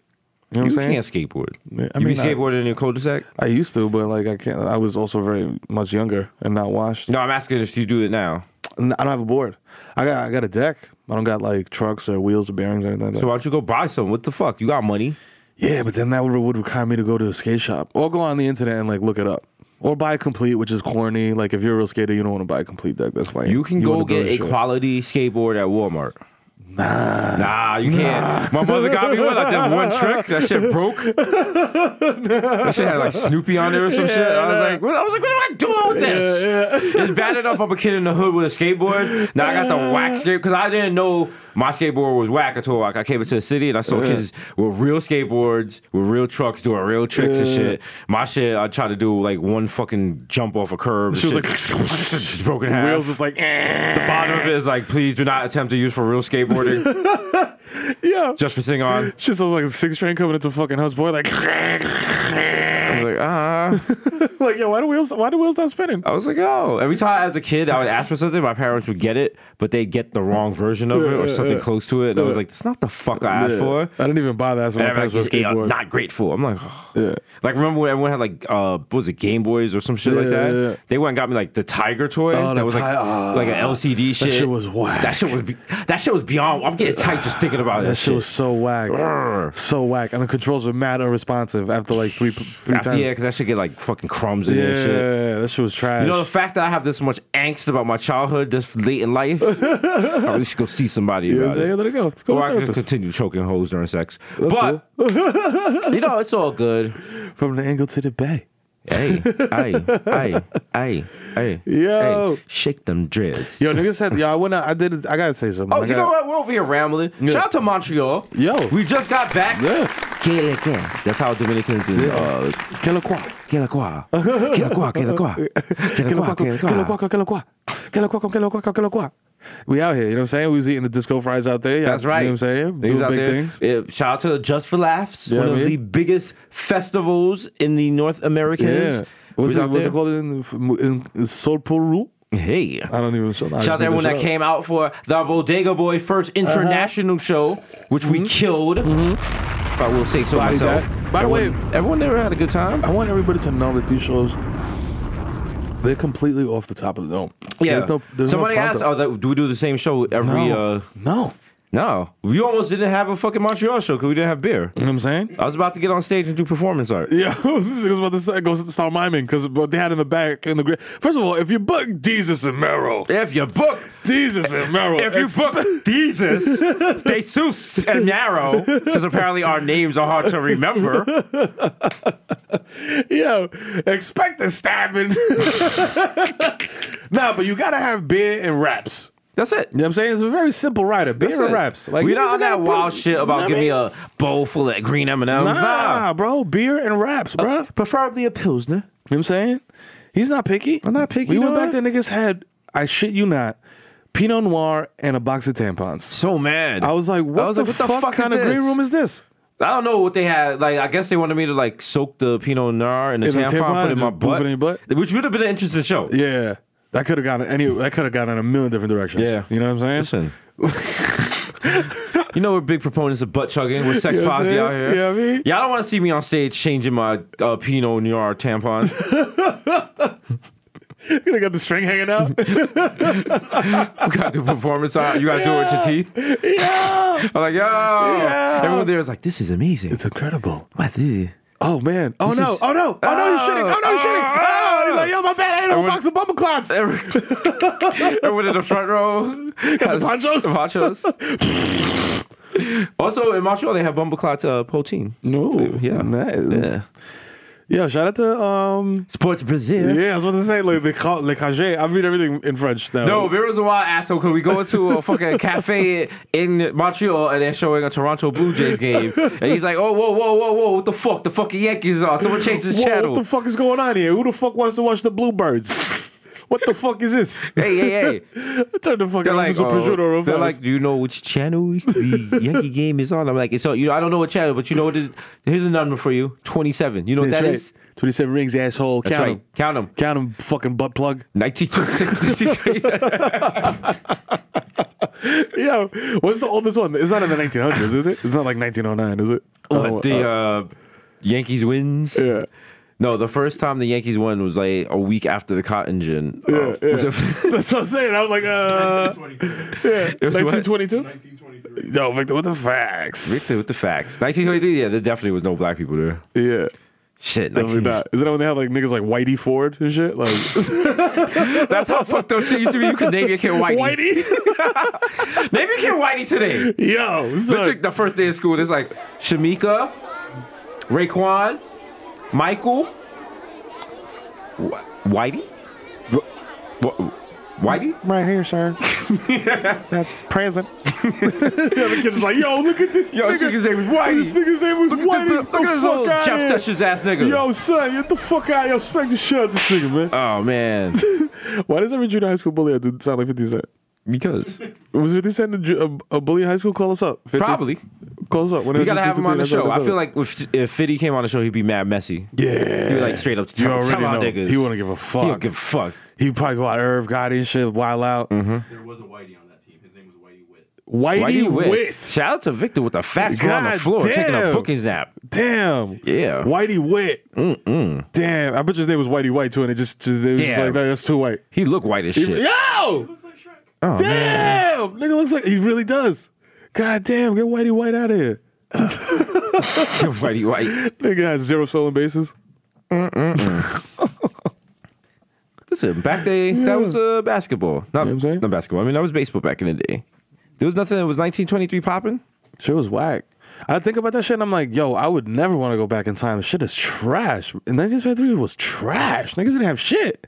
Speaker 5: You know what I'm
Speaker 4: you
Speaker 5: saying?
Speaker 4: can't skateboard.
Speaker 5: I
Speaker 4: you be
Speaker 5: mean, I-
Speaker 4: skateboarding in your cul-de-sac?
Speaker 5: I used to, but like I can't. I was also very much younger and not washed.
Speaker 4: No, I'm asking if you do it now.
Speaker 5: N- I don't have a board. I got I got a deck. I don't got like trucks or wheels or bearings or anything. Like
Speaker 4: So
Speaker 5: that.
Speaker 4: why don't you go buy some? What the fuck? You got money.
Speaker 5: Yeah, but then that would, would require me to go to a skate shop or go on the internet and like look it up. Or buy a complete, which is corny. Like if you're a real skater, you don't want to buy a complete deck. That's like
Speaker 4: You can go
Speaker 5: wanna
Speaker 4: get
Speaker 5: build
Speaker 4: a
Speaker 5: shit.
Speaker 4: quality skateboard at Walmart. Nah. Nah, you can't. My mother got me one. I did one trick. That shit broke. That shit had like Snoopy on there or some shit. I was like, what, I was like, what am I doing with this? It's bad enough I'm a kid in the hood with a skateboard. Now I got the whack skateboard because I didn't know my skateboard was whack until like, I came into the city and I saw kids with real skateboards, with real trucks doing real tricks and shit. My shit, I tried to do like one fucking jump off a curb.
Speaker 5: She was
Speaker 4: and
Speaker 5: like,
Speaker 4: shit. Just broken half
Speaker 5: wheels is like, eh.
Speaker 4: the bottom of it is like, please do not attempt to use for real skateboarding.
Speaker 5: yeah.
Speaker 4: just for sitting on.
Speaker 5: She sounds like a six train coming into fucking house boy. Like,
Speaker 4: I was like, ah.
Speaker 5: like yo, why do wheels? Why do wheels not spinning?
Speaker 4: I was like, oh. Every time as a kid, I would ask for something, my parents would get it, but they get the wrong version of it or something close to it. And I was like, that's not the fuck I asked
Speaker 5: Yeah.
Speaker 4: for.
Speaker 5: I didn't even buy that. That's
Speaker 4: And
Speaker 5: my
Speaker 4: I'm like,
Speaker 5: parents were
Speaker 4: "Yeah, I'm
Speaker 5: skateboard.
Speaker 4: not grateful. I'm like, oh. like remember when everyone had like, uh, what was it Game Boys or some shit like
Speaker 5: Yeah,
Speaker 4: that?
Speaker 5: yeah, yeah.
Speaker 4: They went and got me like the Tiger toy
Speaker 5: Oh,
Speaker 4: that
Speaker 5: the
Speaker 4: was like
Speaker 5: Ti- ah.
Speaker 4: like an LCD shit.
Speaker 5: shit was whack.
Speaker 4: That shit was be- that shit was beyond. I'm getting tight just thinking about that,
Speaker 5: that shit was so whack, so whack, and the controls were mad unresponsive after like three three
Speaker 4: After,
Speaker 5: times.
Speaker 4: yeah, because that should get like fucking crumbs in
Speaker 5: yeah,
Speaker 4: there and shit.
Speaker 5: that shit was trash.
Speaker 4: You know the fact that I have this much angst about my childhood, this late in life, I really should go see somebody
Speaker 5: You know what
Speaker 4: about
Speaker 5: I'm saying?
Speaker 4: it.
Speaker 5: let it go. Let's go
Speaker 4: or
Speaker 5: to
Speaker 4: I could just
Speaker 5: therapist.
Speaker 4: continue choking hoes during sex. but you know, it's all good.
Speaker 5: From the angle to the bay.
Speaker 4: Hey, hey, hey, hey, hey.
Speaker 5: Yo.
Speaker 4: hey, shake them dreads.
Speaker 5: Yo, niggas said, yo, I went out, I did, I gotta say something.
Speaker 4: Oh,
Speaker 5: I
Speaker 4: you
Speaker 5: gotta-
Speaker 4: know what? We're over here rambling. Shout out to Montreal.
Speaker 5: Yo.
Speaker 4: we just got back.
Speaker 5: Yeah.
Speaker 4: Que le que. That's how Dominicans in uh,
Speaker 5: Quelaqua.
Speaker 4: que la qua, que la qua, que la qua, que la qua, que la qua.
Speaker 5: Quelaqua, Quelaqua. Quelaqua, Quelaqua, Quelaqua. We out here, you know what I'm saying? We was eating the disco fries out there. y'all-
Speaker 4: That's right.
Speaker 5: You know what I'm
Speaker 4: Niggas
Speaker 5: saying? Doing
Speaker 4: out
Speaker 5: big
Speaker 4: there.
Speaker 5: things.
Speaker 4: Yeah, shout out to Just for Laughs,
Speaker 5: Yeah,
Speaker 4: one
Speaker 5: I
Speaker 4: of
Speaker 5: mean.
Speaker 4: the biggest festivals in the North Americas.
Speaker 5: Yeah. What's
Speaker 4: We
Speaker 5: it,
Speaker 4: out
Speaker 5: what's
Speaker 4: there.
Speaker 5: it called in, in, in Sol Peru?
Speaker 4: Hey.
Speaker 5: I don't even know.
Speaker 4: Shout out to everyone that came
Speaker 5: Uh-huh.
Speaker 4: out for the Bodega Boy first international show, which we killed. if I will say so
Speaker 5: Mm-hmm. Body
Speaker 4: myself.
Speaker 5: that. By the
Speaker 4: Everyone-
Speaker 5: way- Oh,
Speaker 4: everyone there had a good time.
Speaker 5: I want everybody to know that these shows, they're completely off the top of the dome.
Speaker 4: Yeah.
Speaker 5: There's no, there's
Speaker 4: Somebody
Speaker 5: no
Speaker 4: asked, "Oh,
Speaker 5: concept.
Speaker 4: that, do we do the same show every?"
Speaker 5: no,
Speaker 4: uh
Speaker 5: no.
Speaker 4: No, we almost didn't have a fucking Montreal show because we didn't have beer.
Speaker 5: You know what I'm saying?
Speaker 4: I was about to get on stage and do performance art.
Speaker 5: Yeah, this was about to say, go start miming because what they had in the back in the grid. First of all, if you book Jesus and Merrill,
Speaker 4: If you book,
Speaker 5: Jesus and Merrill,
Speaker 4: if you
Speaker 5: expect-
Speaker 4: book Jesus, Jesus and Narrow, since apparently our names are hard to remember.
Speaker 5: Yo, expect a stabbing. nah, but you gotta have beer and raps.
Speaker 4: That's it.
Speaker 5: You know what I'm saying? It's a very simple rider. Beer
Speaker 4: That's
Speaker 5: and
Speaker 4: it.
Speaker 5: raps.
Speaker 4: Like we
Speaker 5: you
Speaker 4: don't have
Speaker 5: even
Speaker 4: that
Speaker 5: gotta
Speaker 4: wild
Speaker 5: put-
Speaker 4: shit about
Speaker 5: you know
Speaker 4: give me
Speaker 5: what
Speaker 4: a bowl full of green M and M's.
Speaker 5: I mean? Nah, bro, beer and raps,
Speaker 4: Uh,
Speaker 5: bro. you know
Speaker 4: preferably a pilsner.
Speaker 5: what I'm saying? He's not picky.
Speaker 4: I'm not picky,
Speaker 5: We went
Speaker 4: dog.
Speaker 5: back to niggas had, I shit you not, Pinot Noir and a box of tampons.
Speaker 4: So mad.
Speaker 5: I was like, what,
Speaker 4: I was
Speaker 5: the,
Speaker 4: like, what the
Speaker 5: fuck,
Speaker 4: fuck
Speaker 5: kind
Speaker 4: is
Speaker 5: of green
Speaker 4: this?
Speaker 5: room is this?
Speaker 4: I don't know what they had. Like, I guess they wanted me to like soak the Pinot Noir in the
Speaker 5: In the
Speaker 4: tampon,
Speaker 5: tampon
Speaker 4: put it in
Speaker 5: and
Speaker 4: my
Speaker 5: just poof
Speaker 4: butt,
Speaker 5: it in your butt?
Speaker 4: which would have been an interesting show.
Speaker 5: Yeah. That could have gone any that could have gone in a million different directions.
Speaker 4: Yeah.
Speaker 5: You know what I'm saying?
Speaker 4: Listen. you know we're big proponents of butt chugging. We're sex
Speaker 5: You know what I'm
Speaker 4: posse out
Speaker 5: saying?
Speaker 4: here.
Speaker 5: You know what I mean?
Speaker 4: Y'all don't want to see me on stage changing my uh, Pinot Noir tampon.
Speaker 5: Could have got the string hanging out.
Speaker 4: you gotta do performance art. You gotta do it with your teeth. I'm like, yo. Everyone there was like, this is amazing.
Speaker 5: It's incredible.
Speaker 4: What the-
Speaker 5: Oh man. Oh
Speaker 4: This
Speaker 5: no.
Speaker 4: is-
Speaker 5: oh no. Oh no. He's
Speaker 4: Oh,
Speaker 5: shitting. Oh no. He's
Speaker 4: oh,
Speaker 5: shitting. Oh. He's like, yo, my bad. I ate a whole
Speaker 4: Everyone-
Speaker 5: box of bubble clots.
Speaker 4: Everyone in the front row. Got
Speaker 5: the ponchos?
Speaker 4: The ponchos. also, in Montreal, they have Bumbleclot uh, poutine.
Speaker 5: No.
Speaker 4: Yeah.
Speaker 5: Nice. Yeah. Yo, shout out to um.
Speaker 4: Sports Brazil.
Speaker 5: Yeah, I was about to say like the ca- le cage. I read everything in French now.
Speaker 4: No, there was a wild asshole because we go into a fucking cafe in Montreal and they're showing a Toronto Blue Jays game. And he's like, oh, whoa, whoa, whoa, whoa, what the fuck? The fucking Yankees are. Someone change this
Speaker 5: Whoa,
Speaker 4: channel.
Speaker 5: what the fuck is going on here? Who the fuck wants to watch the Bluebirds? what the fuck is this?
Speaker 4: hey, hey, hey.
Speaker 5: Turn the fucking
Speaker 4: They're like,
Speaker 5: office of
Speaker 4: oh,
Speaker 5: Prosciutto
Speaker 4: they're
Speaker 5: Robles.
Speaker 4: like, do you know which channel the Yankee game is on? I'm like, so you know, I don't know what channel, but you know what? Is, here's a number for you, 27. You know what
Speaker 5: That's
Speaker 4: that
Speaker 5: right.
Speaker 4: is?
Speaker 5: 27 rings, asshole.
Speaker 4: That's
Speaker 5: Count
Speaker 4: right.
Speaker 5: 'em.
Speaker 4: Count 'em.
Speaker 5: Count 'em, fucking butt plug.
Speaker 4: 1926.
Speaker 5: Yo, what's the oldest one? It's not in the 1900s, is it? It's not like 1909, is it?
Speaker 4: what the uh, Yankees wins?
Speaker 5: Oh, Yeah.
Speaker 4: No, the first time the Yankees won was like a week after the Cotton Gin. Yeah, Was it,
Speaker 5: That's what I'm saying. I was like, uh.
Speaker 4: it was what?
Speaker 5: 1922? Yo, Victor, what the facts?
Speaker 4: Victor with the facts. 1923, yeah, there definitely was no black people there.
Speaker 5: Yeah.
Speaker 4: Shit,
Speaker 5: Definitely
Speaker 4: 19
Speaker 5: not. Isn't that when they have like niggas like Whitey Ford and shit? Like,
Speaker 4: That's how fucked up shit used to be. You could name your kid Whitey. Name your kid Whitey today.
Speaker 5: Yo,
Speaker 4: The
Speaker 5: son.
Speaker 4: chick, the first day of school, there's like Shamika, Raekwon, Michael, Wh- Whitey? Wh- wh- Whitey?
Speaker 5: Right here, sir. That's present. the other kid's like, yo, look at this
Speaker 4: Yo, this
Speaker 5: nigga.
Speaker 4: nigga's name is Whitey.
Speaker 5: This nigga's name was
Speaker 4: Look at
Speaker 5: Whitey.
Speaker 4: this, look
Speaker 5: Get the
Speaker 4: at this
Speaker 5: fuck
Speaker 4: old
Speaker 5: outta
Speaker 4: Jeff
Speaker 5: here.
Speaker 4: Sessions ass nigga.
Speaker 5: Yo, son, get the fuck out. Yo, smack the shit out of this nigga, man.
Speaker 4: Oh, man. Uh,
Speaker 5: Why does every junior high school bully have to sound like 50 Cent?
Speaker 4: Because
Speaker 5: Was 50 Cent a, ju- a, a bully in high school? Call us up. 50,
Speaker 4: probably.
Speaker 5: Call us up.
Speaker 4: We gotta have him on the show. I feel like if, if Fiddy came on the show, he'd be mad messy.
Speaker 5: Yeah.
Speaker 4: He'd be like straight up to
Speaker 5: You
Speaker 4: tell,
Speaker 5: already
Speaker 4: tell our
Speaker 5: know.
Speaker 4: niggas.
Speaker 5: He wouldn't give a
Speaker 4: He
Speaker 5: fuck.
Speaker 4: don't give a fuck.
Speaker 5: He'd probably go out Irv Gotti and shit, wild out.
Speaker 7: There was a Whitey on that team. His name was Whitey Witt.
Speaker 5: Whitey,
Speaker 4: Whitey
Speaker 5: Whit.
Speaker 4: Witt. Shout out to Victor with the facts on the
Speaker 5: God
Speaker 4: floor, taking a
Speaker 5: damn.
Speaker 4: bookings nap.
Speaker 5: Damn.
Speaker 4: Yeah.
Speaker 5: Whitey Wit. Damn. I bet his name was Whitey White too, and it just, it was just
Speaker 4: Damn.
Speaker 5: like, no, that's too white.
Speaker 4: He looked white as shit.
Speaker 5: Yo!
Speaker 4: Oh, man.
Speaker 5: Damn! Nigga looks like he really does. God damn, get Whitey White out of here.
Speaker 4: Whitey White.
Speaker 5: Nigga had zero stolen bases.
Speaker 4: Listen, back day, that was uh, basketball. Not,
Speaker 5: what I'm saying?
Speaker 4: not basketball. I mean, that was baseball back in the day. There was nothing. It was 1923 popping.
Speaker 5: Shit was whack. I think about that shit and I'm like, yo, I would never want to go back in time. Shit is trash. In 1973, it was trash. Niggas didn't have shit.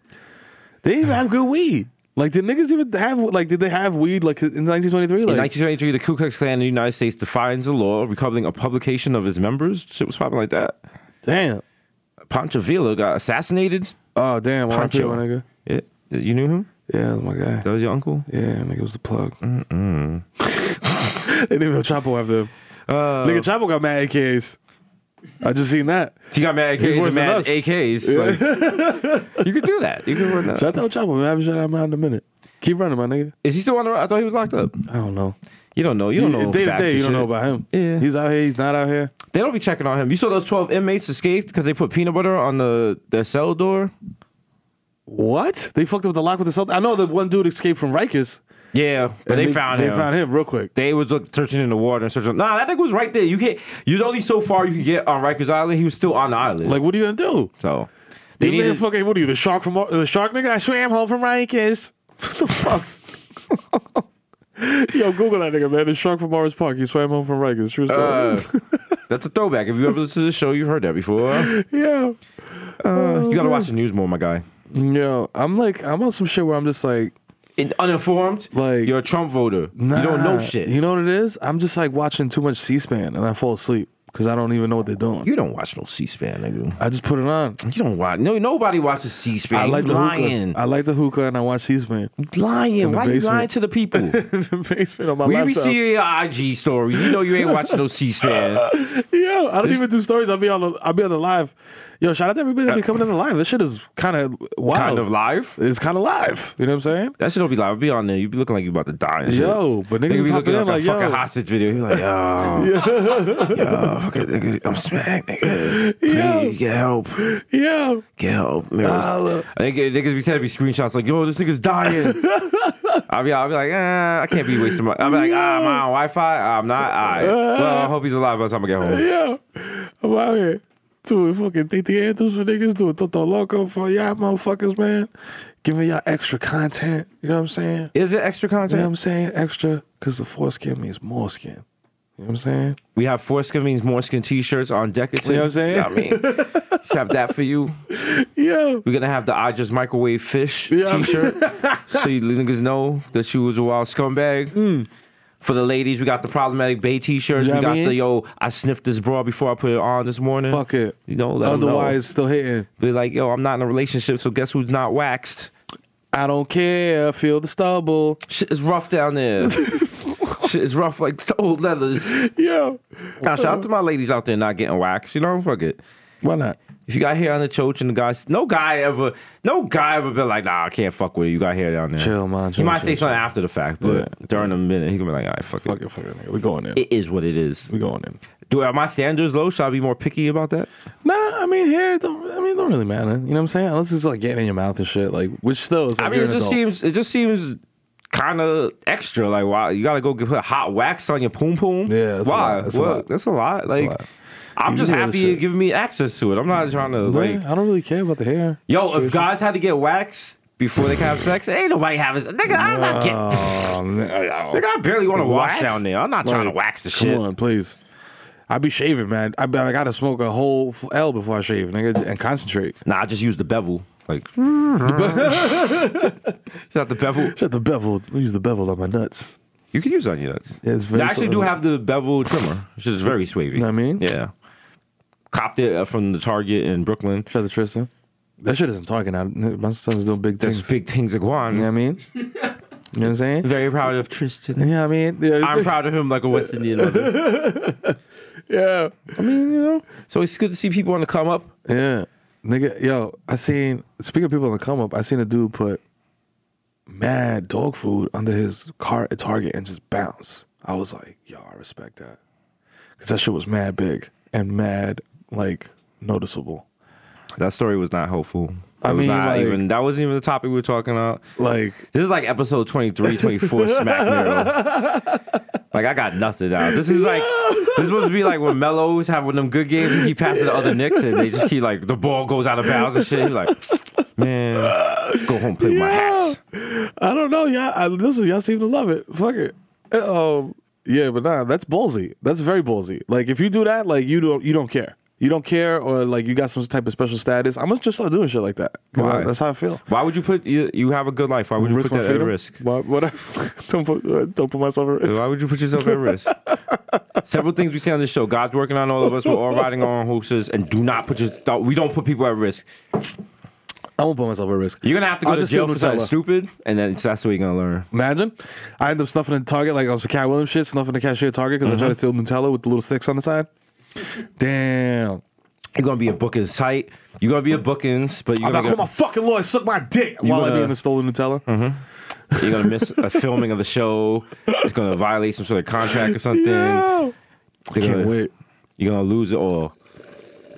Speaker 5: They didn't even have good weed. Like, did niggas even have, like, did they have weed, like, in 1923?
Speaker 4: In
Speaker 5: Like,
Speaker 4: 1923, the Ku Klux Klan in the United States defines the law, recovering a publication of its members. Shit was popping like that.
Speaker 5: damn.
Speaker 4: Pancho Villa got assassinated.
Speaker 5: Oh, damn. RIP,
Speaker 4: Pancho.
Speaker 5: my nigga.
Speaker 4: Yeah, you knew him?
Speaker 5: Yeah, that was my guy.
Speaker 4: That was your uncle?
Speaker 5: Yeah, nigga was the plug. Mm-mm. they didn't even have Chapo after him. nigga, Chapo got mad AKs. I just seen that.
Speaker 4: He got mad
Speaker 5: He's
Speaker 4: AKs and
Speaker 5: worse than
Speaker 4: mad
Speaker 5: us.
Speaker 4: AKs. Like, you could do that. You could run that.
Speaker 5: Shout out Chapo, man. I haven't shut him out in a minute. Keep running, my nigga.
Speaker 4: Is he still on the run? I thought he was locked up.
Speaker 5: I don't know.
Speaker 4: You don't know. You don't know.
Speaker 5: Day to
Speaker 4: facts
Speaker 5: day,
Speaker 4: and
Speaker 5: you don't
Speaker 4: shit.
Speaker 5: know about him.
Speaker 4: Yeah.
Speaker 5: He's out here, he's not out here.
Speaker 4: They don't be checking on him. You saw those twelve inmates escaped because they put peanut butter on the their cell door.
Speaker 5: What? They fucked up the lock with the cell. I know that one dude escaped from Rikers.
Speaker 4: Yeah, but
Speaker 5: and
Speaker 4: they, found
Speaker 5: they
Speaker 4: him.
Speaker 5: found him real quick.
Speaker 4: They was look, searching in the water and searching. Nah, that nigga was right there. You can't. You're only so far you can get on Rikers Island. He was still on the island.
Speaker 5: Like, what are you gonna do?
Speaker 4: so, they
Speaker 5: you man
Speaker 4: needed.
Speaker 5: fucking what are you? The shark from the shark nigga? I swam home from Rikers. What the fuck? Yo, Google that nigga, man. The shark from Morris Park. He swam home from Rikers. True story.
Speaker 4: uh, that's a throwback. If you ever listened to the show, you've heard that before.
Speaker 5: yeah. Oh,
Speaker 4: you gotta watch the news more, my guy.
Speaker 5: Yo, I'm like, I'm on some shit where I'm just like,
Speaker 4: In, uninformed,
Speaker 5: Like-
Speaker 4: you're a Trump voter. you don't know
Speaker 5: nah.
Speaker 4: shit.
Speaker 5: You know what it is? I'm just like watching too much C-SPAN and I fall asleep because I don't even know what they're doing.
Speaker 4: You don't watch no C-SPAN, nigga.
Speaker 5: I just put it on.
Speaker 4: You don't watch. No, nobody watches C-SPAN.
Speaker 5: I
Speaker 4: You
Speaker 5: like the
Speaker 4: lying.
Speaker 5: hookah. I like the hookah and I watch C-SPAN.
Speaker 4: lying.
Speaker 5: the
Speaker 4: Why you
Speaker 5: basement.
Speaker 4: lying to the people?
Speaker 5: in the basement on my
Speaker 4: we be
Speaker 5: laptop.
Speaker 4: seeing your IG story. You know you ain't watching no C-SPAN.
Speaker 5: Yo, I don't even do stories. I'll be on. The, I'll be on the live. Yo, shout out to everybody that be coming on the live. This shit is Uh, kind of wild.
Speaker 4: Kind of live.
Speaker 5: It's kind of live. You know what I'm saying?
Speaker 4: That shit don't be live. It'll be on there. You be looking like you about to die. And shit.
Speaker 5: Yo, but niggas
Speaker 4: Nigga
Speaker 5: be
Speaker 4: be looking
Speaker 5: popping in
Speaker 4: like,
Speaker 5: like,
Speaker 4: a
Speaker 5: yo.
Speaker 4: fucking hostage video. He be like, yo, yo, fucking nigga, I'm smacked, nigga. Please get help,
Speaker 5: Yo,
Speaker 4: get
Speaker 5: Uh,
Speaker 4: help. Man, I think it- niggas be sending me screenshots like, yo, this nigga's dying. I'll be, I'll be like, eh, I can't be wasting my. I'll be like, ah, I'm on Wi-Fi. I'm not. I
Speaker 5: Uh.
Speaker 4: well, I hope he's alive by the time I get home.
Speaker 5: yo, I'm out here doing fucking TT anthems for niggas, doing Toto Loco for y'all motherfuckers, man. Giving y'all extra content. You know what I'm saying?
Speaker 4: Is it extra
Speaker 5: You know
Speaker 4: content?
Speaker 5: what I'm saying? Extra, because the foreskin means more skin. You know what I'm saying?
Speaker 4: We have foreskin means more skin T-shirts on deck. You
Speaker 5: know what I'm saying?
Speaker 4: I mean, have that for you.
Speaker 5: Yo.
Speaker 4: We're gonna have the I just microwave fish T-shirt, so you niggas know that you was a wild scumbag. For the ladies, we got the problematic bay T-shirts.
Speaker 5: Hmm. You know
Speaker 4: we
Speaker 5: what
Speaker 4: got
Speaker 5: I mean?
Speaker 4: the yo. I sniffed this bra before I put it on this morning.
Speaker 5: Fuck it.
Speaker 4: You know, let 'em know.
Speaker 5: Otherwise, still hitting.
Speaker 4: be like, yo, I'm not in a relationship, so guess who's not waxed?
Speaker 5: I don't care. Feel the stubble.
Speaker 4: Shit is rough down there. Shit is rough like the old leathers.
Speaker 5: Yo.
Speaker 4: Now, shout out to my ladies out there not getting waxed. You know, fuck it.
Speaker 5: Why not?
Speaker 4: If you got hair on the choach and the guys, no guy ever, no guy ever been like, nah, I can't fuck with you. You got hair down there.
Speaker 5: Chill, man,
Speaker 4: You
Speaker 5: chill,
Speaker 4: might say
Speaker 5: chill,
Speaker 4: something after the fact, but during a minute, he gonna be like, all right, fuck,
Speaker 5: Fuck
Speaker 4: it.
Speaker 5: it, fuck it, nigga. We going in.
Speaker 4: It is what it is.
Speaker 5: We going in.
Speaker 4: Do are my standards low? Should I be more picky about that?
Speaker 5: Nah, I mean hair. Don't, I mean, it don't really matter. You know what I'm saying? Unless it's like getting in your mouth and shit. Like, which still is. Like,
Speaker 4: I mean,
Speaker 5: you're
Speaker 4: it
Speaker 5: an
Speaker 4: just
Speaker 5: adult.
Speaker 4: seems, it just seems kind of extra. Like, why you gotta go get, put hot wax on your poom poom?
Speaker 5: Yeah, that's a
Speaker 4: why?
Speaker 5: lot. That's a
Speaker 4: what?
Speaker 5: lot.
Speaker 4: That's a lot. Like.
Speaker 5: lot.
Speaker 4: I'm
Speaker 5: You
Speaker 4: just
Speaker 5: can do
Speaker 4: happy
Speaker 5: other
Speaker 4: you're
Speaker 5: shit.
Speaker 4: giving me access to it. I'm not trying to like.
Speaker 5: I don't really care about the hair.
Speaker 4: Yo, if guys had to get waxed before they could have sex, ain't nobody having. Nigga, I'm not getting.
Speaker 5: Oh,
Speaker 4: Nigga, I barely want to wash
Speaker 5: Wax?
Speaker 4: down there. I'm not trying to wax the
Speaker 5: come
Speaker 4: shit.
Speaker 5: on, please. I be shaving, man. I, be, I gotta smoke a whole f- L before I shave, nigga, and concentrate.
Speaker 4: Nah, I just use the bevel. Like, is that the bevel?
Speaker 5: Shut the bevel. We use the bevel on my nuts.
Speaker 4: You can use it on your nuts.
Speaker 5: Yeah, it's very
Speaker 4: They actually
Speaker 5: sort
Speaker 4: do
Speaker 5: of-
Speaker 4: have the bevel trimmer, which is very swavy.
Speaker 5: Know what I mean?
Speaker 4: yeah. Copped it uh, from the Target in Brooklyn.
Speaker 5: Shut the Tristan. That shit isn't talking. out. My son's doing big
Speaker 4: That's
Speaker 5: things.
Speaker 4: big things of Guan.
Speaker 5: you know what I mean? you know what I'm saying?
Speaker 4: Very proud of Tristan.
Speaker 5: Yeah, I mean, yeah,
Speaker 4: I'm proud of him like a West Indian. mother.
Speaker 5: yeah.
Speaker 4: so it's good to see people on the come up.
Speaker 5: Yeah. Nigga, yo, I seen speaking of people on the come up, I seen a dude put mad dog food under his car at Target and just bounce. I was like, yo, I respect that. Cause that shit was mad big and mad like noticeable.
Speaker 4: That story was not helpful.
Speaker 5: I
Speaker 4: It was
Speaker 5: mean,
Speaker 4: not
Speaker 5: like-
Speaker 4: even that wasn't even the topic we were talking about.
Speaker 5: Like
Speaker 4: This is like episode 23, 24 smack Mirror. Like I got nothing out. This is like this is supposed to be like when Melo is having them good games and he passes the other Knicks and they just keep like the ball goes out of bounds and shit. He's like, man, go home play with my hats.
Speaker 5: I don't know, y'all. I, listen, y'all seem to love it. Fuck it. Uh, Um, yeah, but nah, that's ballsy. That's very ballsy. Like if you do that, like you don't, you don't care. You don't care, or like you got some type of special status. I'm gonna just start doing shit like that. 'Cause I-
Speaker 4: Why?
Speaker 5: that's how I feel.
Speaker 4: Why would you put you, you have a good life? Why would you put that at risk?
Speaker 5: Why, what? I, don't put, uh, don't put myself at risk.
Speaker 4: Why would you put yourself at risk? Several things we say on this show. God's working on all of us. We're all riding our own horses, and do not put your. We don't put people at risk.
Speaker 5: I won't put myself at risk.
Speaker 4: You're gonna have to go
Speaker 5: I'll
Speaker 4: to
Speaker 5: just
Speaker 4: jail
Speaker 5: do
Speaker 4: for something
Speaker 5: Nutella.
Speaker 4: stupid, and then that's what you're gonna learn.
Speaker 5: Imagine, I end up snuffing in Target like I was a Cat Williams shit, snuffing the cashier at Target because I tried to steal Nutella with the little sticks on the side. Damn.
Speaker 4: Mm-hmm. You're gonna be a bookings tight. You're gonna be a bookings, but you're
Speaker 5: I'm
Speaker 4: gonna
Speaker 5: not
Speaker 4: go,
Speaker 5: call my fucking lawyer, suck my dick while
Speaker 4: wanna-
Speaker 5: I be in the stolen Nutella.
Speaker 4: You're gonna miss a filming of the show. It's gonna violate some sort of contract or something. They're
Speaker 5: Can't
Speaker 4: gonna-
Speaker 5: wait.
Speaker 4: You're gonna lose it all.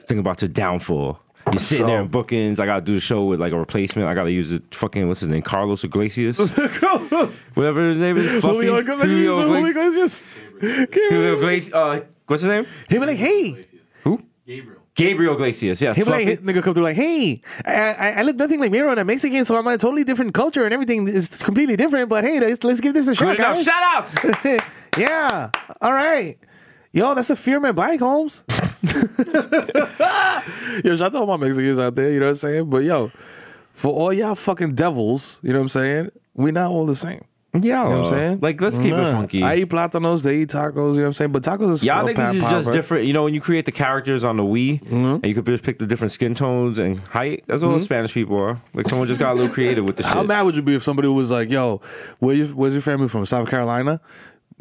Speaker 4: Think about your downfall. You're sitting there in bookings. I gotta do the show with like a replacement. I gotta use the fucking what's his name, Carlos Iglesias, whatever his name is. Fluffy.
Speaker 5: Julio Iglesias. Julio
Speaker 4: Iglesias.
Speaker 5: Iglesias.
Speaker 4: Julio Iglesias. Uh, what's his name?
Speaker 5: He be like, hey.
Speaker 7: Gabriel.
Speaker 4: Gabriel Iglesias. Yeah.
Speaker 5: He be
Speaker 4: Fluffy.
Speaker 5: like, hey, nigga come through like, hey, I, I, I look nothing like Miro and I'm Mexican, so I'm a totally different culture and everything is completely different. But hey, let's, let's give this a shot,
Speaker 4: Good enough.
Speaker 5: guys.
Speaker 4: Shout outs.
Speaker 5: yeah. All right. Yo, that's a fear man bike, Holmes. yo, shout out to all my Mexicans out there, you know what I'm saying? But yo, for all y'all fucking devils, you know what I'm saying? We're not all the same.
Speaker 4: Yeah. You know
Speaker 5: You know what I'm saying?
Speaker 4: Uh, Like, let's keep
Speaker 5: Nah.
Speaker 4: it funky.
Speaker 5: I eat platanos, they eat tacos, you know what I'm saying? But tacos is
Speaker 4: Y'all
Speaker 5: fucking
Speaker 4: niggas is
Speaker 5: pound
Speaker 4: just
Speaker 5: pound, bro.
Speaker 4: different. You know, when you create the characters on the Wii,
Speaker 5: Mm-hmm.
Speaker 4: and you could just pick the different skin tones and height. That's all Spanish people are. Like someone just got a little creative with the
Speaker 5: How
Speaker 4: shit.
Speaker 5: mad would you be if somebody was like, yo, where you, where's your family from? South Carolina?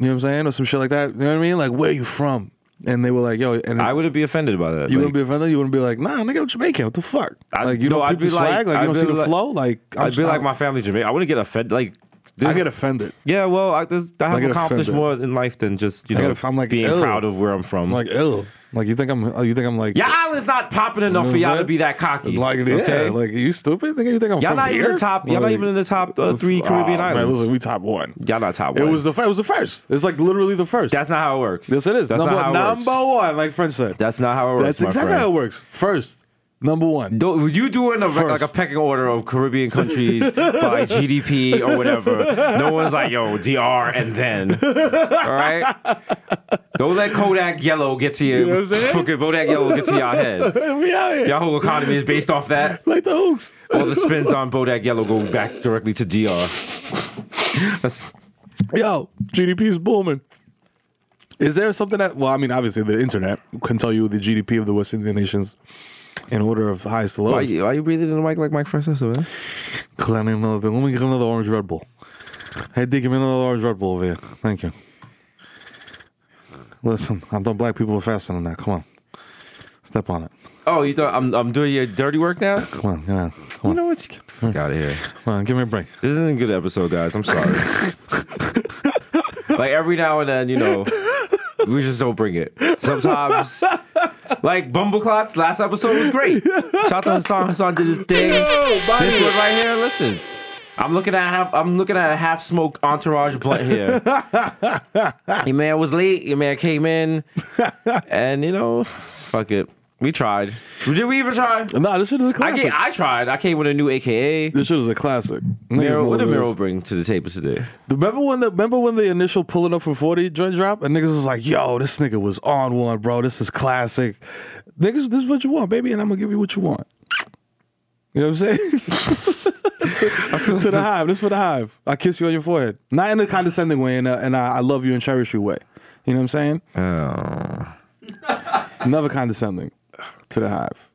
Speaker 5: You know what I'm saying? Or some shit like that. You know what I mean? Like, where you from? And they were like, yo, and
Speaker 4: I wouldn't be offended by that.
Speaker 5: you
Speaker 4: Like,
Speaker 5: wouldn't be offended. You wouldn't be like, nah, nigga, I'm Jamaican. What the fuck?
Speaker 4: I'd-
Speaker 5: like, you
Speaker 4: no,
Speaker 5: don't
Speaker 4: I'd
Speaker 5: pick the
Speaker 4: be like-
Speaker 5: swag. Like,
Speaker 4: I'd
Speaker 5: you don't
Speaker 4: be
Speaker 5: see the
Speaker 4: like-
Speaker 5: flow. Like, I'm
Speaker 4: I'd be like my
Speaker 5: I,
Speaker 4: family Jamaican. I wouldn't get offended. Like,
Speaker 5: I
Speaker 4: there's-
Speaker 5: get offended.
Speaker 4: yeah, well, I, there's- I have
Speaker 5: get
Speaker 4: accomplished
Speaker 5: offended.
Speaker 4: more in life than just you
Speaker 5: I
Speaker 4: know.
Speaker 5: get- I'm like,
Speaker 4: being
Speaker 5: ew.
Speaker 4: proud of where I'm from.
Speaker 5: I'm like, ill. Like, you think I'm? oh, You think I'm like?
Speaker 4: your island's not popping enough
Speaker 5: You know
Speaker 4: for
Speaker 5: what I'm
Speaker 4: y'all to
Speaker 5: saying?
Speaker 4: be that cocky.
Speaker 5: Like, yeah.
Speaker 4: okay?
Speaker 5: Like, you stupid? Nigga, you think I'm
Speaker 4: y'all
Speaker 5: from
Speaker 4: not
Speaker 5: here?
Speaker 4: even in the top. Y'all not
Speaker 5: Like,
Speaker 4: even in the top uh, three Caribbean
Speaker 5: oh, man,
Speaker 4: islands.
Speaker 5: listen, we top one.
Speaker 4: y'all not top
Speaker 5: It
Speaker 4: one.
Speaker 5: was the fir- it was the first. It's like literally the first.
Speaker 4: That's not how it works.
Speaker 5: yes, it is.
Speaker 4: That's
Speaker 5: number
Speaker 4: not how it works.
Speaker 5: number one, like French said.
Speaker 4: That's not how it works.
Speaker 5: That's
Speaker 4: my
Speaker 5: exactly
Speaker 4: friend.
Speaker 5: how it works. First, number one.
Speaker 4: Do, you doing a, like a
Speaker 5: First.
Speaker 4: pecking order of Caribbean countries by GDP or whatever. No one's like, yo, DR and then. All right? Don't let Kodak Yellow get to your
Speaker 5: know what I'm saying?
Speaker 4: fucking Kodak Yellow get to your head.
Speaker 5: we out here
Speaker 4: Your whole economy is based off that.
Speaker 5: like the hooks.
Speaker 4: All the spins on Bodak Yellow go back directly to DR. That's,
Speaker 5: Yo, GDP is booming. Is there something that? Well, I mean, obviously the internet can tell you the GDP of the West Indian nations in order of highest to
Speaker 4: why,
Speaker 5: lowest.
Speaker 4: you, why you breathing in the mic like Mike Francisco, man?
Speaker 5: Cause I need another thing. Let me get another orange Red Bull. Hey, D, give me another orange Red Bull over here. Thank you. Listen, I thought black people were faster than that. Come on, step on it.
Speaker 4: Oh, you thought I'm, I'm doing your dirty work now?
Speaker 5: Come on, come on, come
Speaker 4: You
Speaker 5: on,
Speaker 4: know what? You get the fuck out of here.
Speaker 5: come on give me a break.
Speaker 4: This isn't a good episode, guys. I'm sorry. like every now and then, you know, we just don't bring it. Sometimes, like Bumbleclots, last episode was great. Shout out to Hassan. Hassan did his thing. this one right here, listen. I'm looking at half. I'm looking at a half smoked entourage blunt here. your man was late. Your man came in, and you know, fuck it. We tried. Did we even try?
Speaker 5: Nah, this shit is a
Speaker 4: I,
Speaker 5: classic.
Speaker 4: get, I tried. I came with a new AKA.
Speaker 5: this shit is a classic. Niggas
Speaker 4: Miro,
Speaker 5: know
Speaker 4: what did
Speaker 5: it is.
Speaker 4: Miro bring to the table today?
Speaker 5: Remember when the remember when the initial pulling up from 40 joint drop and niggas was like, yo, this nigga was on one, bro. This is classic. Niggas, this is what you want, baby, and I'm gonna give you what you want. You know what I'm saying? to, to the hive. This for the hive. I kiss you on your forehead. Not in a condescending way, in a, in a I love you and cherish you way. You know what I'm saying? Never condescending to the hive.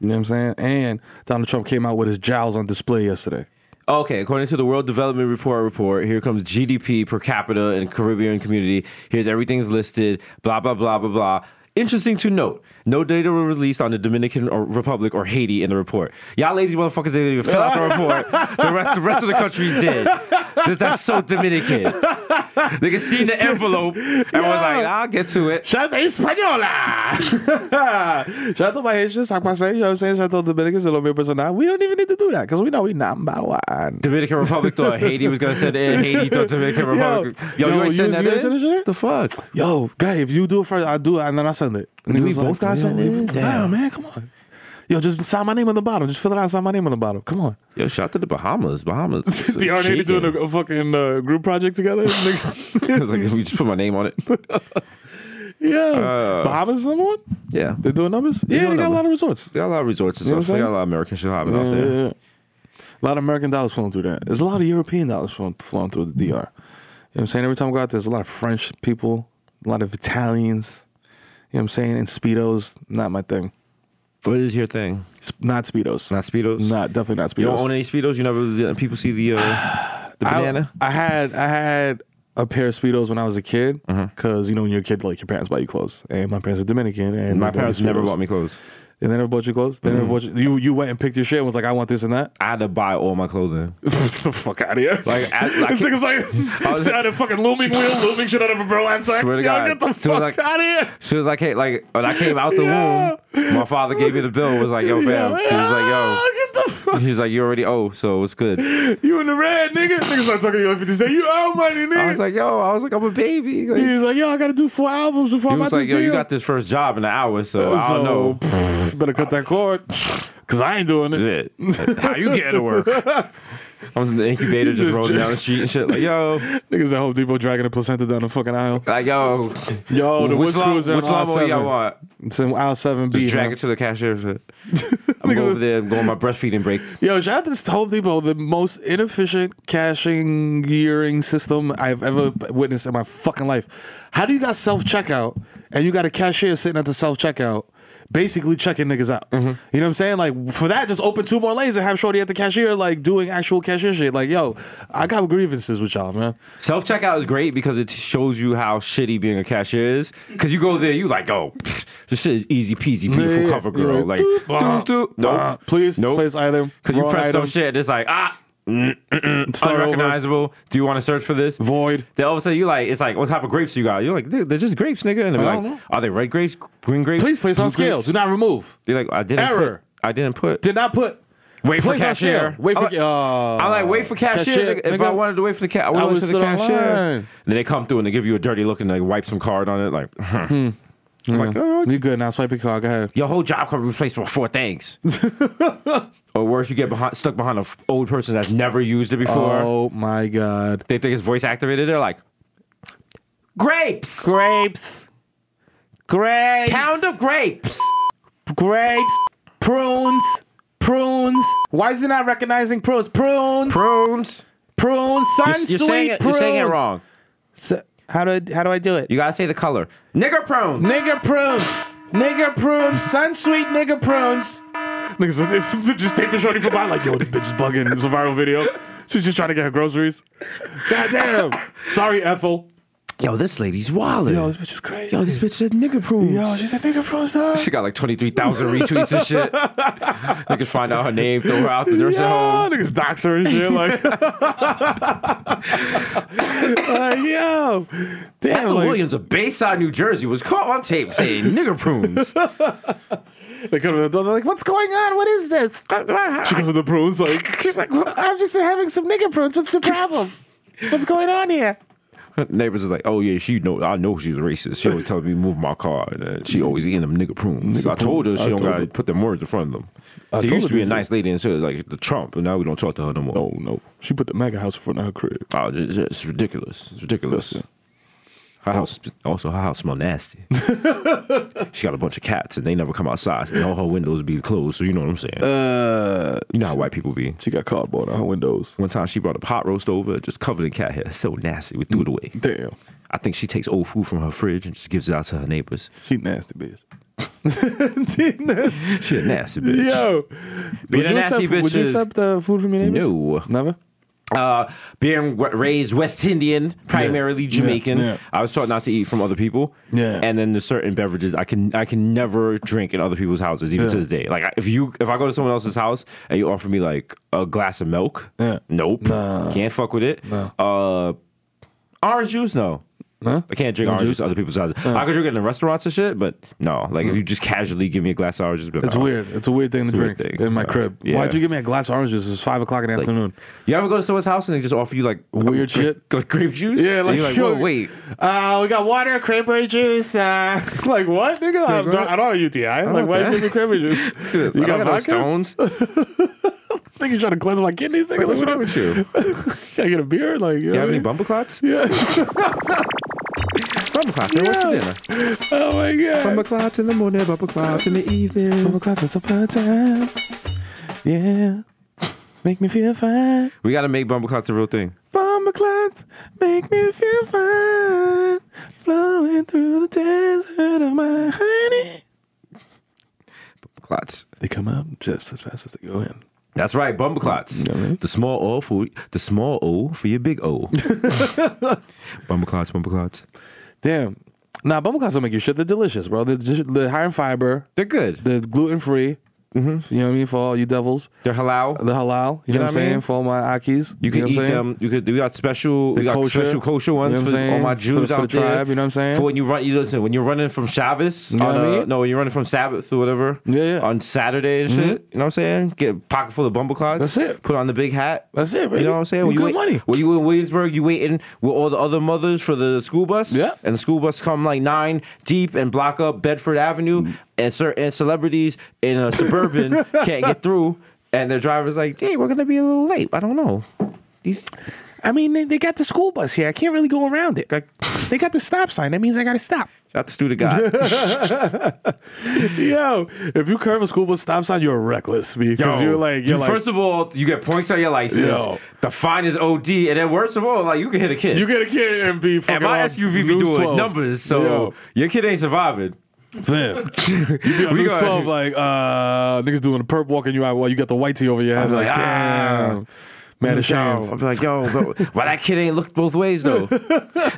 Speaker 5: You know what I'm saying? And Donald Trump came out with his jowls on display yesterday.
Speaker 4: Oh, Okay, according to the World Development Report report, here comes GDP per capita in Caribbean community. Here's everything's listed, blah blah blah blah blah. Interesting to note, no data were released on the Dominican or Republic or Haiti in the report. Y'all lazy motherfuckers didn't even fill out the report. The rest, the rest of the countries did. This- That's so Dominican. They can see the envelope and was like, I'll get to it.
Speaker 5: Shout out to Hispaniola. Shout out to my Haitians, like I say, you know what I'm saying? Shout out to Dominicans, the Lomé personnel. We don't even need to do that because we know we number one.
Speaker 4: Dominican Republic thought Haiti was gonna send it in. Haiti thought Dominican Republic. Yo, you ain't send that
Speaker 5: you
Speaker 4: in?
Speaker 5: ain't send that shit in?
Speaker 4: The fuck?
Speaker 5: Yo, guy, if you do it first, I do uh, it and then I send it. And
Speaker 4: we both gotta send it in?
Speaker 5: Nah,
Speaker 4: Damn.
Speaker 5: man, come on. Yo, just sign my name on the bottom. Just fill it out, sign my name on the bottom. Come on.
Speaker 4: Yo, shout out to the Bahamas. Bahamas.
Speaker 5: y'all need to
Speaker 4: shaking.
Speaker 5: do a, a fucking uh, group project together? Niggas-
Speaker 4: I was like, we just put my name on it.
Speaker 5: yeah. Bahamas is number one?
Speaker 4: Yeah.
Speaker 5: They doing numbers? Yeah,
Speaker 4: doing
Speaker 5: they got a
Speaker 4: numbers.
Speaker 5: lot of resorts.
Speaker 4: They got a lot of resorts and
Speaker 5: You know
Speaker 4: stuff. They
Speaker 5: what I'm
Speaker 4: got a lot of American shit happening out
Speaker 5: Yeah,
Speaker 4: there.
Speaker 5: yeah, yeah. A lot of American dollars flowing through that. There's a lot of European dollars flowing, flowing through the DR. You know what I'm saying? Every time I go out there, there's a lot of French people, a lot of Italians. You know what I'm saying? And Speedos, not my thing.
Speaker 4: What is your thing?
Speaker 5: Sp- Not Speedos.
Speaker 4: Not Speedos?
Speaker 5: Not, definitely not Speedos.
Speaker 4: You don't own any Speedos? You never let people see the, uh, the banana?
Speaker 5: I, I had I had a pair of speedos when I was a kid
Speaker 4: Mm-hmm.
Speaker 5: because you know when you're a kid like your parents buy you clothes and my parents are Dominican and
Speaker 4: my
Speaker 5: they bought me
Speaker 4: parents never
Speaker 5: Speedos.
Speaker 4: bought me Mm-hmm. clothes.
Speaker 8: They never bought you clothes. They never bought you. You you went and picked your shit and was like, I want this and that.
Speaker 4: I had to buy all my clothing.
Speaker 5: the fuck out of here.
Speaker 4: Like, I- I can't-
Speaker 5: this nigga's
Speaker 4: I
Speaker 5: like
Speaker 4: was-
Speaker 5: sit on a fucking looming wheel, looming shit out of a burlap sack.
Speaker 4: Swear to
Speaker 5: Yo,
Speaker 4: God.
Speaker 5: get the
Speaker 4: Soon as
Speaker 5: fuck
Speaker 4: I-
Speaker 5: out of here.
Speaker 4: soon as I came, like when I came out the
Speaker 5: Yeah.
Speaker 4: womb, my father gave me the bill. and Was like, yo, fam. He was like, yo.
Speaker 5: Ah, Get the fuck.
Speaker 4: He was like, you already owe, so it's good.
Speaker 5: You in the red, nigga. Niggas not talking to you like 50 Cent. You owe money, nigga.
Speaker 4: I was like, yo. I was like, I'm a baby. Like,
Speaker 5: he was like, yo, I gotta do four albums before
Speaker 4: he
Speaker 5: I'm out
Speaker 4: was like,
Speaker 5: this
Speaker 4: yo,
Speaker 5: deal.
Speaker 4: you got this first job in an hour, so I don't know.
Speaker 5: pff, better cut that cord. Cause I ain't doing it.
Speaker 4: Shit. How you getting to work? I'm in the incubator just,
Speaker 5: Just-
Speaker 4: rolling down the street and shit. Like, yo.
Speaker 5: Niggas at Home Depot dragging a placenta down the fucking aisle.
Speaker 4: Like, yo.
Speaker 5: Yo, the
Speaker 4: which
Speaker 5: wood screws
Speaker 4: lawn-
Speaker 5: are
Speaker 4: which
Speaker 5: in aisle
Speaker 4: lawnmower y'all
Speaker 5: seven.
Speaker 4: want?
Speaker 5: It's in aisle seven B.
Speaker 4: Just drag it to the cashier. and shit. I'm over there going my breastfeeding break.
Speaker 5: Yo, shout out to this Home Depot, the most inefficient cashing gearing system I've ever witnessed in my fucking life. How do you got self checkout and you got a cashier sitting at the self checkout, basically checking niggas out? You know what I'm saying? Like for that, just open two more lanes and have Shorty at the cashier, like doing actual cashier shit. Like, yo, I got grievances with y'all, man.
Speaker 4: Self checkout is great because it shows you how shitty being a cashier is. Because you go there, you like, oh, pfft, this shit is easy peasy, beautiful
Speaker 5: yeah,
Speaker 4: cover
Speaker 5: yeah.
Speaker 4: girl. Like,
Speaker 5: Bah,
Speaker 4: doop, doop.
Speaker 5: bah.
Speaker 4: Nope.
Speaker 5: Uh, Please, place either
Speaker 4: Because you
Speaker 5: wrong
Speaker 4: press some
Speaker 5: item.
Speaker 4: shit and it's like, ah,
Speaker 5: Start over.
Speaker 4: unrecognizable. Do you want to search for this?
Speaker 5: Void.
Speaker 4: Then all of a sudden you like, it's like, what type of grapes you got? You're like, they're, they're just grapes, nigga. And they're
Speaker 5: I don't
Speaker 4: like,
Speaker 5: know.
Speaker 4: are they red grapes, green grapes?
Speaker 5: Please place
Speaker 4: blue
Speaker 5: on scale.
Speaker 4: grapes?"
Speaker 5: Do not remove.
Speaker 4: You're like, I didn't.
Speaker 5: Error.
Speaker 4: Put, I didn't put.
Speaker 5: Did not put.
Speaker 4: wait for
Speaker 5: place on scale.
Speaker 4: cashier.
Speaker 5: Wait for.
Speaker 4: I'm like, I'm like, wait for cashier. nigga. If I
Speaker 5: nigga.
Speaker 4: wanted to wait for the cat, I would
Speaker 5: I
Speaker 4: have went to
Speaker 5: was
Speaker 4: the
Speaker 5: still
Speaker 4: cashier.
Speaker 5: online.
Speaker 4: Then they come through and they give you a dirty look and they wipe some card on it. Like, hmm.
Speaker 5: Hmm.
Speaker 4: I'm like, oh,
Speaker 5: You good now? Swipe your card. Go ahead.
Speaker 4: your whole job could be replaced with four things. or worse, you get behind, stuck behind an old person that's never used it before.
Speaker 5: Oh my god.
Speaker 4: They think it's voice activated. They're like, grapes,
Speaker 5: Grapes. Grapes.
Speaker 4: pound of grapes.
Speaker 5: grapes. Prunes. Prunes. Why is it not recognizing prunes? Prunes.
Speaker 4: Prunes.
Speaker 5: prunes. Sun
Speaker 4: You're, you're
Speaker 5: sweet
Speaker 4: saying it, you're
Speaker 5: prunes.
Speaker 4: saying it wrong.
Speaker 5: So- how do I, how do I do it?
Speaker 4: You gotta say the color. Nigger prunes.
Speaker 5: Nigger prunes. Nigger prunes. Sun sweet nigger prunes. Niggas, this bitch is taping shorty for mine. Like, yo, this bitch is bugging. It's a viral video. She's just trying to get her groceries. God damn. Sorry, Ethel.
Speaker 4: Yo, this lady's wild.
Speaker 5: Yo, this bitch is crazy.
Speaker 4: Yo, this bitch said nigger prunes.
Speaker 5: Yo, she's a nigger prunes, dog.
Speaker 4: She got like 23,000 retweets and shit. Niggas find out her name, throw her out the "Oh, nursing
Speaker 5: Yeah,
Speaker 4: home.
Speaker 5: niggas dox her and shit. Like, like yo, damn,
Speaker 4: Ethel
Speaker 5: like,
Speaker 4: Williams of Bayside, New Jersey was caught on tape saying nigger prunes.
Speaker 5: they come to the door. They're like, what's going on? What is this? She comes to the prunes. Like, she's like, "Well, I'm just having some nigger prunes. What's the problem? What's going on here?
Speaker 4: Neighbors is like, oh yeah, she know I know she's racist. She always tell me to move my car. And, uh, she always eating them nigger prunes. I told her she don't gotta put them words in front of them. she
Speaker 5: told
Speaker 4: used to
Speaker 5: her
Speaker 4: be a
Speaker 5: this.
Speaker 4: nice lady and so it's like the Trump, and now we don't talk to her no more.
Speaker 5: Oh no, she put the mega house in front of her crib.
Speaker 4: Oh, it's, it's ridiculous. It's ridiculous.
Speaker 5: Listen.
Speaker 4: Her house, also her house smell nasty. she got a bunch of cats, and they never come outside, and all her windows be closed. So you know what I'm saying.
Speaker 5: Uh,
Speaker 4: you know how white people be.
Speaker 5: she got cardboard on her windows.
Speaker 4: One time she brought a pot roast over, just covered in cat hair. So nasty, we threw it away.
Speaker 5: Damn,
Speaker 4: I think she takes old food from her fridge and just gives it out to her neighbors.
Speaker 5: she nasty bitch. she nasty.
Speaker 4: She a nasty bitch.
Speaker 5: Yo,
Speaker 4: Being a nasty
Speaker 5: accept,
Speaker 4: bitch
Speaker 5: would you
Speaker 4: is-
Speaker 5: accept uh, food from your neighbors?
Speaker 4: No.
Speaker 5: never.
Speaker 4: Uh, being w- raised West Indian, primarily Jamaican,
Speaker 5: yeah.
Speaker 4: I was taught not to eat from other people.
Speaker 5: Yeah.
Speaker 4: and then there's certain beverages I can I can never drink in other people's houses, even to this day. Like I- if you if I go to someone else's house and you offer me like a glass of milk,
Speaker 5: Yeah.
Speaker 4: nope, can't fuck with it. Uh, orange juice, no. I can't drink orange juice at other people's houses. I could drink it in restaurants and shit, but no. Like if you just casually give me a glass of orange juice, I'd be like,
Speaker 5: It's
Speaker 4: "Oh."
Speaker 5: weird. It's a weird thing to
Speaker 4: a weird
Speaker 5: drink
Speaker 4: thing.
Speaker 5: in my
Speaker 4: Uh,
Speaker 5: crib.
Speaker 4: yeah.
Speaker 5: Why'd you give me a glass of oranges? It's five o'clock in the afternoon.
Speaker 4: You ever go to someone's house and they just offer you like
Speaker 5: Weird
Speaker 4: grape-
Speaker 5: shit?
Speaker 4: like grape juice?
Speaker 5: Yeah,
Speaker 4: And
Speaker 5: like,
Speaker 4: you're
Speaker 5: yo-
Speaker 4: "Whoa, wait.
Speaker 5: Uh, we got water, cranberry juice. Uh, like what, nigga? I don't, I don't have UTI. like
Speaker 4: want
Speaker 5: why you
Speaker 4: that.
Speaker 5: give me cranberry juice?
Speaker 4: You
Speaker 5: you
Speaker 4: got
Speaker 5: got
Speaker 4: no
Speaker 5: vodka?
Speaker 4: stones?
Speaker 5: Think you trying to cleanse my kidneys? Nigga?
Speaker 4: What's
Speaker 5: Like,
Speaker 4: wrong
Speaker 5: what-
Speaker 4: with you? You
Speaker 5: Can I get a beer? Like you, know
Speaker 4: have any
Speaker 5: what
Speaker 4: bumper clots?
Speaker 5: I mean? Yeah.
Speaker 4: Bumper clots. Yeah. What's for dinner?
Speaker 5: oh my god.
Speaker 4: Bumper clots in the morning, bumper clots in the evening.
Speaker 5: time. Yeah. Make me feel fine.
Speaker 4: We got to make bumper clots a real thing.
Speaker 5: Bomber clouds make me feel fine. Flowing through the desert of my honey.
Speaker 4: Clots.
Speaker 5: They come out just as fast as they go in.
Speaker 4: That's right, bumper clots. The small O for the small O for your big O. bumper clots, bumper clots.
Speaker 5: Damn. Nah, Bumblecocks don't make you shit. They're delicious, bro. They're, just, they're high in fiber.
Speaker 4: They're good.
Speaker 5: They're gluten free. You know what I mean? For all you devils.
Speaker 4: They're halal.
Speaker 5: The halal. You, know, what I'm saying?
Speaker 4: mean?
Speaker 5: For all my Akis.
Speaker 4: You can
Speaker 5: know what I'm
Speaker 4: eat
Speaker 5: saying?
Speaker 4: them. You could. We got special. we got
Speaker 5: kosher,
Speaker 4: special kosher
Speaker 5: you know
Speaker 4: ones
Speaker 5: what I'm
Speaker 4: for all
Speaker 5: saying?
Speaker 4: my
Speaker 5: For-
Speaker 4: Jews
Speaker 5: for
Speaker 4: out
Speaker 5: the
Speaker 4: there.
Speaker 5: tribe, you know what I'm saying?
Speaker 4: For when you run, you listen. When you're running from Shabbos,
Speaker 5: know
Speaker 4: on
Speaker 5: what I
Speaker 4: a-
Speaker 5: mean?
Speaker 4: no, when you're running from Sabbath or whatever.
Speaker 5: Yeah, yeah. Mm-hmm.
Speaker 4: On Saturday and shit. You know what I'm saying? Get a pocket full of bumble clots.
Speaker 5: That's it.
Speaker 4: Put on the big hat.
Speaker 5: That's it,
Speaker 4: You
Speaker 5: baby.
Speaker 4: know what I'm saying?
Speaker 5: You
Speaker 4: When
Speaker 5: good
Speaker 4: wait-
Speaker 5: money.
Speaker 4: When you in Williamsburg, you waiting with all the other mothers for the school bus.
Speaker 5: Yeah.
Speaker 4: And the school bus come like nine deep and block up Bedford Avenue, and cer- and celebrities in a suburban can't get through. And their driver's like, "Hey, we're gonna be a little late. I don't know." These
Speaker 9: I mean, they, they got the school bus here. I can't really go around it. Like, they got the stop sign. That means I got to stop.
Speaker 4: Shout out to the guy.
Speaker 5: Yo, if you curve a school bus stop sign, you're reckless because you're like you're like
Speaker 4: first of all, you get points on your license.
Speaker 5: Yo.
Speaker 4: The fine is OD, and then worst of all, like you can hit a kid.
Speaker 5: you get a kid and be
Speaker 4: and
Speaker 5: fucking
Speaker 4: my
Speaker 5: off
Speaker 4: SUV be
Speaker 5: News
Speaker 4: doing
Speaker 5: 12.
Speaker 4: numbers, so
Speaker 5: Yo,
Speaker 4: your kid ain't surviving.
Speaker 5: fam, you be on
Speaker 4: We
Speaker 5: News
Speaker 4: got-
Speaker 5: twelve like uh niggas doing a perp walking you out while you got the white tee over your head
Speaker 4: I'm
Speaker 5: like,
Speaker 4: like, ah.
Speaker 5: damn man ashamed.
Speaker 4: I'll be like, yo, but why that kid ain't looked both ways though?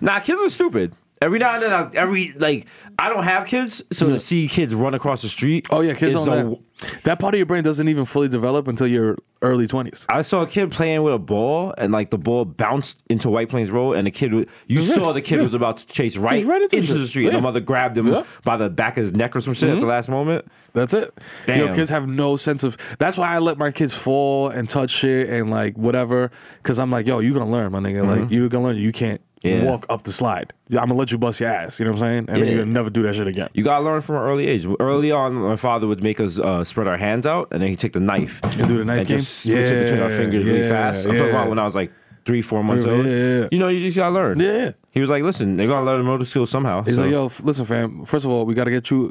Speaker 4: nah, kids are stupid. Every now and then, I, every like, I don't have kids, so to see kids run across the street.
Speaker 5: Oh yeah, kids
Speaker 4: is
Speaker 5: don't.
Speaker 4: the-
Speaker 5: That. that part of your brain doesn't even fully develop until your early twenties.
Speaker 4: I saw a kid playing with a ball, and like the ball bounced into White Plains Road, and the kid, was, you
Speaker 5: Just right-
Speaker 4: saw the kid was about to chase right,
Speaker 5: right into
Speaker 4: into,
Speaker 5: it.
Speaker 4: the street. And
Speaker 5: Yeah.
Speaker 4: the mother grabbed him
Speaker 5: Yeah. Mm-hmm.
Speaker 4: by the back of his neck or some shit at the last moment.
Speaker 5: That's it. Yo,
Speaker 4: Damn.
Speaker 5: kids have no sense of. That's why I let my kids fall and touch shit and like whatever. Cause I'm like, yo, you're gonna learn, my nigga. Like you're gonna learn. You can't
Speaker 4: Yeah.
Speaker 5: walk up the slide. I'm gonna let you bust your ass. You know what I'm saying? And then
Speaker 4: Yeah.
Speaker 5: you're gonna never do that shit again.
Speaker 4: You gotta learn from an early age. Early on, my father would make us uh, spread our hands out, and then he'd take the knife and
Speaker 5: do the knife
Speaker 4: and just
Speaker 5: game?
Speaker 4: switch it between our
Speaker 5: Yeah,
Speaker 4: fingers really
Speaker 5: yeah,
Speaker 4: fast. I'm talking
Speaker 5: yeah.
Speaker 4: about when I was like three, four months
Speaker 5: Yeah,
Speaker 4: old.
Speaker 5: yeah, yeah.
Speaker 4: You know, you just gotta learn.
Speaker 5: Yeah.
Speaker 4: He was like, "Listen, they're gonna learn motor skills somehow."
Speaker 5: He's
Speaker 4: so-
Speaker 5: like, yo, f- listen, fam. First of all, we gotta get you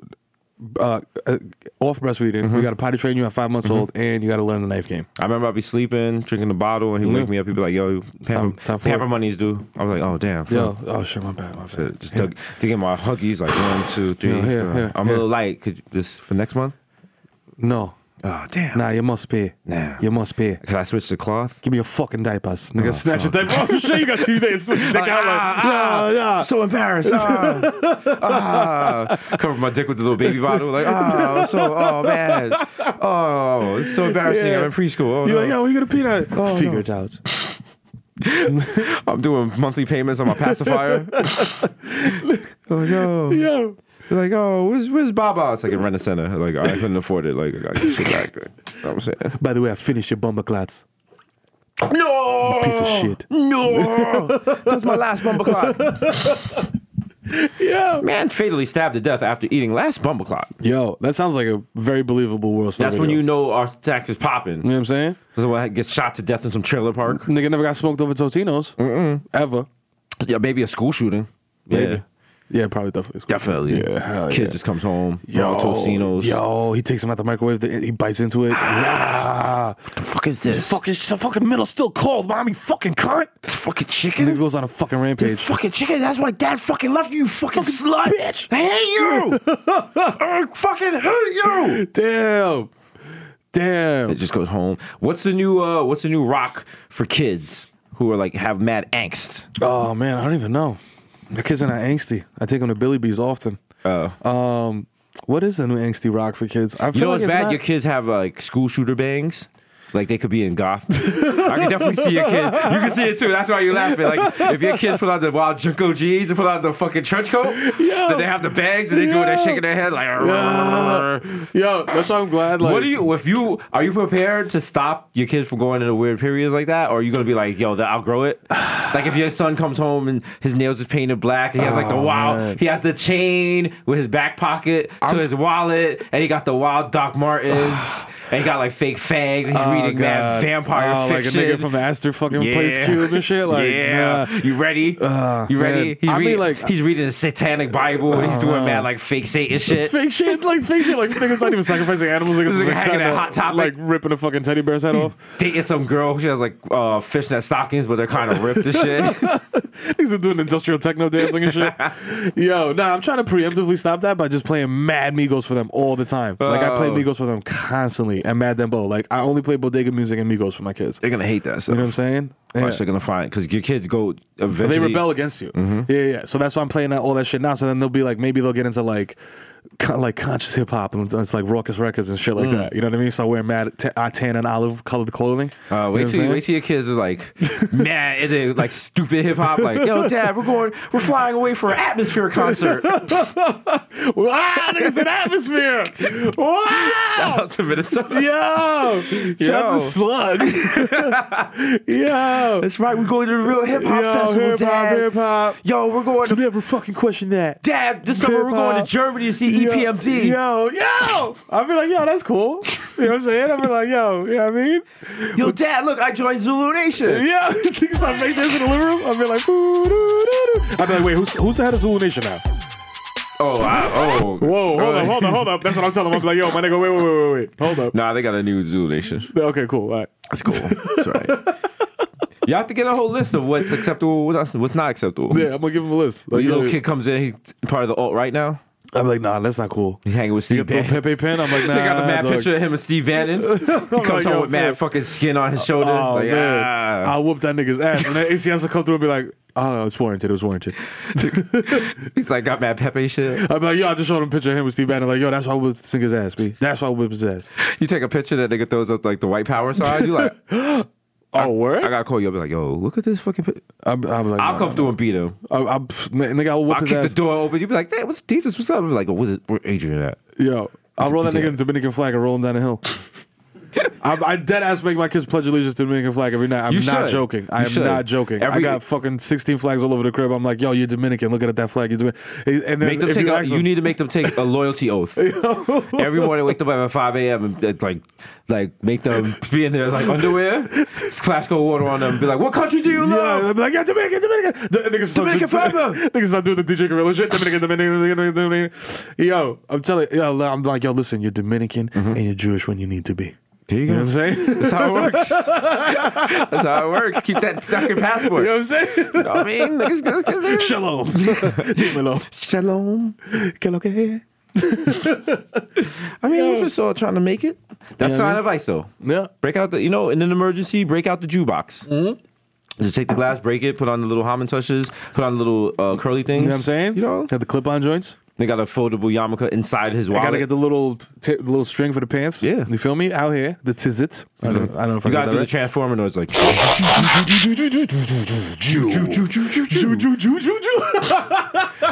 Speaker 5: uh, uh, off breastfeeding. We gotta potty train you at five months old, and you gotta learn the knife game.
Speaker 4: I remember I'd be sleeping, drinking the bottle, and he'd wake me up. He'd be like, "Yo,
Speaker 5: Time-
Speaker 4: pamper,
Speaker 5: time for
Speaker 4: pamper
Speaker 5: work.
Speaker 4: money's due." I was like, "Oh damn!"
Speaker 5: Yo,
Speaker 4: fuck."
Speaker 5: oh shit, my bad, my bad.
Speaker 4: just dug, digging my huggies like one, two, three.
Speaker 5: Yeah, yeah,
Speaker 4: four.
Speaker 5: yeah,
Speaker 4: I'm
Speaker 5: yeah.
Speaker 4: a little light. Could you- this for next month?
Speaker 5: No,
Speaker 4: Oh damn!
Speaker 5: nah, Oh, you must pay.
Speaker 4: Nah.
Speaker 5: you must pay.
Speaker 4: Could I switch to cloth?
Speaker 5: Give me your fucking diapers. Nigga, snatch your diaper off. Sure, you got two days. Switch your dick out. Like, yeah, yeah.
Speaker 4: ah, so embarrassed. Ah, ah. Cover my dick with the little baby bottle. Like, oh, so, oh man, oh, it's so embarrassing.
Speaker 5: Yeah.
Speaker 4: I'm in preschool. Oh,
Speaker 5: You're
Speaker 4: no.
Speaker 5: like, yo, we gonna pee that. Figure
Speaker 4: no.
Speaker 5: it out.
Speaker 4: I'm doing monthly payments on my pacifier. So, like, yo,
Speaker 5: Yo,
Speaker 4: They're like, oh, where's where's Baba? It's like a rent center. Like, I couldn't afford it. Like, I got shit back. You know what I'm saying?
Speaker 5: by the way, I finished your bumper clats.
Speaker 4: No,
Speaker 5: Piece of shit.
Speaker 4: No, that's my last bumble clock.
Speaker 5: Yeah.
Speaker 4: Man, fatally stabbed to death after eating last bumble clock.
Speaker 5: Yo, that sounds like a very believable world story.
Speaker 4: That's when
Speaker 5: video.
Speaker 4: you know our tax is popping.
Speaker 5: You know what I'm saying?
Speaker 4: So I get shot to death in some trailer park.
Speaker 5: Nigga never got smoked over Totino's. Mm-mm. Ever.
Speaker 4: Yeah, maybe a school shooting.
Speaker 5: Maybe.
Speaker 4: Yeah,
Speaker 5: Yeah, probably definitely.
Speaker 4: definitely.
Speaker 5: Yeah, hell
Speaker 4: Kid
Speaker 5: yeah.
Speaker 4: just comes home. Yo, Tostinos.
Speaker 5: Yo, he takes him out the microwave. th- He bites into it. Ah,
Speaker 4: the fuck is this?
Speaker 9: Fucking, the fucking middle's still cold, mommy. Fucking cunt. Fucking chicken.
Speaker 5: nigga goes on a fucking rampage.
Speaker 9: Fucking chicken. That's why dad fucking left you, you fucking, slut. Bitch. I hate you. I fucking hate you.
Speaker 5: Damn. Damn.
Speaker 4: It just goes home. What's the new? uh What's the new rock for kids who are like have mad angst?
Speaker 5: Oh man, I don't even know. The kids are not angsty. I take them to Billy Bees often.
Speaker 4: Oh.
Speaker 5: Um, what is the new angsty rock for kids? I feel
Speaker 4: You know
Speaker 5: like
Speaker 4: what's
Speaker 5: it's
Speaker 4: bad?
Speaker 5: not-
Speaker 4: Your kids have like school shooter bangs. Like they could be in goth. I can definitely see your kid. You can see it too. That's why you're laughing. Like if your kid put on the wild Junko jeans and put on the fucking trench coat, then they have the bangs and they do it. They're
Speaker 5: Yo.
Speaker 4: shaking their head like. "Rrr, rrr, rrr, rrr."
Speaker 5: Yo, that's why I'm glad. Like,
Speaker 4: What do you? If you are you prepared to stop your kids from going into weird periods like that, or are you gonna be like, yo, that outgrow it? like if your son comes home and his nails is painted black, and he has like the
Speaker 5: Oh,
Speaker 4: wild,
Speaker 5: man.
Speaker 4: he has the chain with his back pocket to his wallet, and he got the wild Doc Martens, and he got like fake fangs, and he's
Speaker 5: Oh,
Speaker 4: reading mad
Speaker 5: God.
Speaker 4: vampire
Speaker 5: Oh,
Speaker 4: fiction.
Speaker 5: Like a nigga from the Astor fucking place cube and shit. Like,
Speaker 4: yeah,
Speaker 5: nah.
Speaker 4: you ready?
Speaker 5: Ugh,
Speaker 4: you ready?
Speaker 5: man.
Speaker 4: He's,
Speaker 5: I mean,
Speaker 4: reading,
Speaker 5: like- uh-huh.
Speaker 4: he's reading the Satanic Bible. and he's doing mad like fake Satan shit.
Speaker 5: Fake shit, like fake shit, like niggas not even sacrificing animals. Like,
Speaker 4: This
Speaker 5: it's
Speaker 4: nigga
Speaker 5: just
Speaker 4: hanging
Speaker 5: kinda
Speaker 4: at Hot Topic.
Speaker 5: like ripping a fucking teddy bear's head off.
Speaker 4: dating some girl. She has like uh, fishnet stockings, but they're kind of ripped and shit.
Speaker 5: Niggas are doing industrial techno dancing and shit. Yo, nah, I'm trying to preemptively stop that by just playing Mad Migos for them all the time. Like I play
Speaker 4: Oh.
Speaker 5: Migos for them constantly and Mad Dembo. Like I only play Bodega music and Migos for my kids.
Speaker 4: they're gonna hate that.
Speaker 5: You know
Speaker 4: So
Speaker 5: what I'm saying?
Speaker 4: Or else they're gonna find because your kids go eventually. uh,
Speaker 5: They rebel against you.
Speaker 4: Mm-hmm.
Speaker 5: Yeah, yeah, yeah. So that's why I'm playing that, all that shit now. So then they'll be like, maybe they'll get into like, con- like conscious hip hop and it's like raucous records and shit
Speaker 4: Mm.
Speaker 5: like that. You know what I mean? So wearing mad t- uh, tan and olive colored clothing.
Speaker 4: Uh,
Speaker 5: You
Speaker 4: wait
Speaker 5: know
Speaker 4: till
Speaker 5: what I'm
Speaker 4: wait till your kids are like, man, and they like stupid hip hop. Like, yo, dad, we're going, we're flying away for an atmosphere concert.
Speaker 5: saying? Ah, Wow, niggas in atmosphere. Wow.
Speaker 4: Out to Minnesota.
Speaker 5: Yo, shout out
Speaker 4: Yo.
Speaker 5: to Slug. Yo,
Speaker 4: That's right. We're going to the real hip hop festival,
Speaker 5: hip hop,
Speaker 4: dad.
Speaker 5: hip hop.
Speaker 4: Yo, we're going.
Speaker 5: So
Speaker 4: To,
Speaker 5: we ever fucking question that.
Speaker 4: dad, this summer we're going
Speaker 5: hip-hop.
Speaker 4: to Germany to see E
Speaker 5: Yo,
Speaker 4: EPMD.
Speaker 5: Yo, yo. I'd be like, yo, that's cool. You know what I'm saying? I'd be like, yo, you know what I mean?
Speaker 4: Yo, dad, look, I joined Zulu Nation.
Speaker 5: Yeah, niggas start break dancing in the living room. I'd be like, "Ooh, doo, doo, doo." I'd be like, wait, who's who's the head of Zulu Nation now?
Speaker 4: Oh, I, oh.
Speaker 5: Whoa, hold up, hold up, hold up. That's what I'm telling them. I'm like, yo, my nigga, wait, wait, wait, wait, wait. Hold up.
Speaker 4: Nah, they got a new Zulu Nation.
Speaker 5: Okay, cool. All right.
Speaker 4: That's cool. That's right. You have to get a whole list of what's acceptable, what's not- what's not acceptable.
Speaker 5: Yeah, I'm gonna give him a list. Like,
Speaker 4: Your little
Speaker 5: yo,
Speaker 4: kid comes in, he's part of the alt right now.
Speaker 5: I'd be like, nah, that's not cool.
Speaker 4: He's hanging with
Speaker 5: You
Speaker 4: Steve
Speaker 5: got the
Speaker 4: Bannon.
Speaker 5: Pepe pen. I'm like, nah.
Speaker 4: They got the mad
Speaker 5: dog.
Speaker 4: picture of him and Steve Bannon. He comes
Speaker 5: like,
Speaker 4: home
Speaker 5: yo,
Speaker 4: with mad
Speaker 5: man.
Speaker 4: fucking skin on his shoulder.
Speaker 5: Oh
Speaker 4: like,
Speaker 5: man,
Speaker 4: ah.
Speaker 5: I'll whoop that nigga's ass, and then ACS will come through and be like, "Oh, it's warranted. It was warranted."
Speaker 4: He's like got mad Pepe shit.
Speaker 5: I'd be like, "Yo, I just showed him a picture of him with Steve Bannon. Like, yo, that's why I would sing his ass, B. That's why I whip his ass."
Speaker 4: You take a picture that nigga throws up like the white power side. You like,
Speaker 5: Oh, word. Oh,
Speaker 4: I gotta call you. I'll be like, yo, look at this fucking. Pi-.
Speaker 5: I'm, I'm like,
Speaker 4: I'll
Speaker 5: nah,
Speaker 4: come
Speaker 5: nah.
Speaker 4: through and beat him.
Speaker 5: I, I, pff, man, nigga, I'll whip
Speaker 4: I'll
Speaker 5: his
Speaker 4: kick
Speaker 5: ass.
Speaker 4: the door open. You'll be like, hey, what's Jesus? What's up? I'll be like, where's, where Adrian at?
Speaker 5: Yo, I'll roll that
Speaker 4: he's
Speaker 5: nigga
Speaker 4: a-
Speaker 5: in the Dominican flag and roll him down the hill. I, I dead ass make my kids pledge allegiance to the Dominican flag every night. I'm
Speaker 4: You should.
Speaker 5: not joking. I
Speaker 4: You
Speaker 5: am
Speaker 4: should.
Speaker 5: not joking.
Speaker 4: Every-
Speaker 5: I got fucking 16 flags all over the crib. I'm like, yo, you're Dominican. Looking at that flag. You're Dominican. And then
Speaker 4: Make them
Speaker 5: if
Speaker 4: take.
Speaker 5: you,
Speaker 4: a,
Speaker 5: ask
Speaker 4: you
Speaker 5: them-
Speaker 4: need to make them take a loyalty oath. Every morning, wake them up at five a.m. and uh, like, like make them be in their like underwear, splash cold water on them, and be like, "What country do you love?"
Speaker 5: Yeah, I'm like, yeah, Dominican, Dominican. The, niggas start
Speaker 4: Dominican
Speaker 5: doing-
Speaker 4: forever.
Speaker 5: Niggas start doing the DJ Gorilla shit. Dominican, Dominican, Dominican, Dominican. Yo, I'm telling yo, I'm like, yo, listen, you're Dominican
Speaker 4: Mm-hmm.
Speaker 5: and you're Jewish when you need to be.
Speaker 4: There you
Speaker 5: You know
Speaker 4: go.
Speaker 5: what I'm saying? you know
Speaker 4: That's how it works. That's how it works. Keep that stuck in passport.
Speaker 5: what I'm saying?
Speaker 4: You know what I mean? Niggas, niggas, niggas.
Speaker 5: Shalom. Dímelo.
Speaker 4: Shalom.
Speaker 5: Que lo que es.
Speaker 4: I mean, we're just all trying to make it. That's
Speaker 5: Yeah, I
Speaker 4: sign
Speaker 5: mean-
Speaker 4: of ISO.
Speaker 5: Yeah.
Speaker 4: Break out the, you know, in an emergency, break out the jukebox.
Speaker 5: Mm-hmm.
Speaker 4: Just take the glass, break it, put on the little Hamintoshes, put on the little uh, curly things.
Speaker 5: You know what I'm saying?
Speaker 4: You know,
Speaker 5: Have the clip-on joints.
Speaker 4: they got a foldable yarmulke inside his
Speaker 5: I
Speaker 4: wallet.
Speaker 5: gotta get the little t- the little string for the pants.
Speaker 4: Yeah.
Speaker 5: you feel me? Out here, the tizzits. I don't, I don't know if
Speaker 4: you
Speaker 5: I
Speaker 4: gotta
Speaker 5: got
Speaker 4: do the
Speaker 5: that
Speaker 4: transformer noise, like
Speaker 5: right.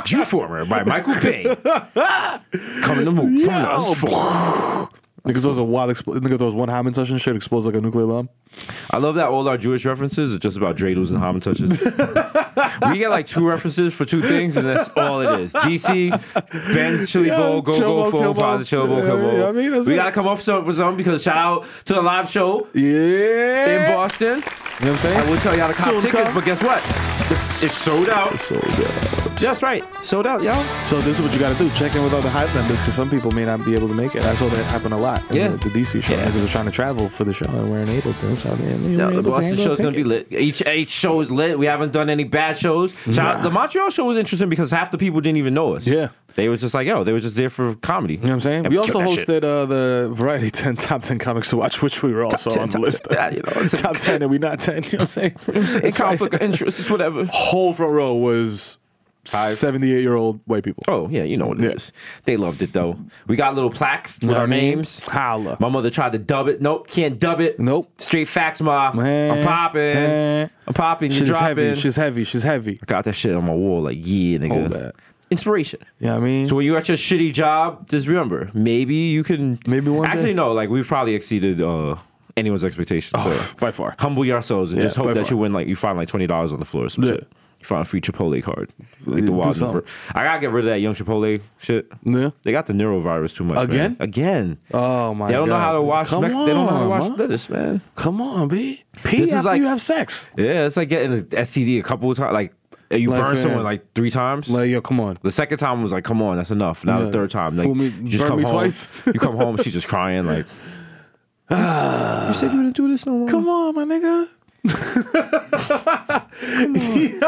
Speaker 4: Juformer by Michael Bay. Coming to move.
Speaker 5: Niggas throws a wild, expl- nigga throws one Hammond touch and shit explodes like a nuclear bomb.
Speaker 4: I love that all our Jewish references are just about dreidels and hamantushes. we get like two references for two things, and that's all it is. GC, Ben's Chili
Speaker 5: Yeah,
Speaker 4: Bowl, Go
Speaker 5: Chobo,
Speaker 4: Go Phone,
Speaker 5: Kilbo.
Speaker 4: Pause Chobo,
Speaker 5: Yeah,
Speaker 4: Kilbo.
Speaker 5: yeah, I mean, that's
Speaker 4: we
Speaker 5: it.
Speaker 4: gotta come up with some- with something because shout out to the live show
Speaker 5: Yeah,
Speaker 4: in Boston.
Speaker 5: You know what I'm saying?
Speaker 4: I will tell y'all to cop
Speaker 5: Soon
Speaker 4: tickets,
Speaker 5: come.
Speaker 4: but guess what? It's sold out.
Speaker 5: So, yeah.
Speaker 4: That's right, sold out, y'all.
Speaker 5: so this is what you got to do: check in with other hype members because some people may not be able to make it. I saw that happen a lot. in
Speaker 4: Yeah.
Speaker 5: the, the DC show.
Speaker 4: Yeah.
Speaker 5: Niggas are trying to travel for the show and weren't able to. So I mean,
Speaker 4: No, the Boston show's gonna be lit. Each each show is lit. We haven't done any bad shows. Shout out- the Montreal show was interesting because half the people didn't even know us.
Speaker 5: Yeah.
Speaker 4: they was just like, yo, they was just there for comedy.
Speaker 5: You know what I'm saying?
Speaker 4: And
Speaker 5: We also
Speaker 4: killed that shit.
Speaker 5: hosted uh, the Variety 10 Top 10 Comics to Watch, which we were also
Speaker 4: 10,
Speaker 5: on the
Speaker 4: top
Speaker 5: list.
Speaker 4: 10, yeah, you know, it's-
Speaker 5: top 10 and we not 10. You know what I'm saying?
Speaker 4: in
Speaker 5: That's why-
Speaker 4: conflict of interest, it's whatever.
Speaker 5: Whole front row was 78 year old white people.
Speaker 4: Oh yeah, you know what it is.
Speaker 5: Yeah.
Speaker 4: They loved it though. We got little plaques with
Speaker 5: Know
Speaker 4: our
Speaker 5: what I mean?
Speaker 4: names.
Speaker 5: Holla.
Speaker 4: My mother tried to dub it. Nope, can't dub it.
Speaker 5: Nope.
Speaker 4: Straight facts, ma. I'm
Speaker 5: Man,
Speaker 4: popping.
Speaker 5: man.
Speaker 4: I'm popping. You're
Speaker 5: She's
Speaker 4: dropping.
Speaker 5: heavy. She's heavy. She's heavy.
Speaker 4: got that shit on my wall. Like yeah,
Speaker 5: Oh,
Speaker 4: nigga.
Speaker 5: man.
Speaker 4: Inspiration.
Speaker 5: You know what I mean?
Speaker 4: So when you're at your shitty job, just remember, maybe you can.
Speaker 5: Maybe one
Speaker 4: Actually,
Speaker 5: day. Oh,
Speaker 4: no. Like we've probably exceeded uh, anyone's expectations. so
Speaker 5: by far.
Speaker 4: humble yourselves and
Speaker 5: Yeah,
Speaker 4: just hope
Speaker 5: by
Speaker 4: that
Speaker 5: far.
Speaker 4: you win. Like you find like twenty dollars on the floor. Or some
Speaker 5: Yeah.
Speaker 4: shit. You find a free Chipotle card. Like
Speaker 5: Yeah,
Speaker 4: the
Speaker 5: do
Speaker 4: wild
Speaker 5: something.
Speaker 4: I gotta get rid of that young Chipotle shit.
Speaker 5: Yeah.
Speaker 4: They got the neurovirus too much. man.
Speaker 5: Again?
Speaker 4: Again.
Speaker 5: Oh, my
Speaker 4: They don't know
Speaker 5: God.
Speaker 4: how to wash.
Speaker 5: Come
Speaker 4: Mex- they don't know how to
Speaker 5: on,
Speaker 4: wash
Speaker 5: man.
Speaker 4: lettuce, man.
Speaker 5: Come on, B. Pee
Speaker 4: This is
Speaker 5: after
Speaker 4: like-
Speaker 5: you have sex.
Speaker 4: Yeah, it's like getting an STD a couple of times. Like you
Speaker 5: Like,
Speaker 4: burn
Speaker 5: man.
Speaker 4: someone like three times.
Speaker 5: Like, yo, come on.
Speaker 4: The second time was like, come on, that's enough. Now the
Speaker 5: Yeah.
Speaker 4: third time, like,
Speaker 5: Fool me-
Speaker 4: you just
Speaker 5: burn
Speaker 4: come
Speaker 5: me
Speaker 4: home.
Speaker 5: twice.
Speaker 4: you come home, she's just crying, like, you said you wouldn't do this no more.
Speaker 5: Come on, my nigga.
Speaker 9: Yo,
Speaker 4: She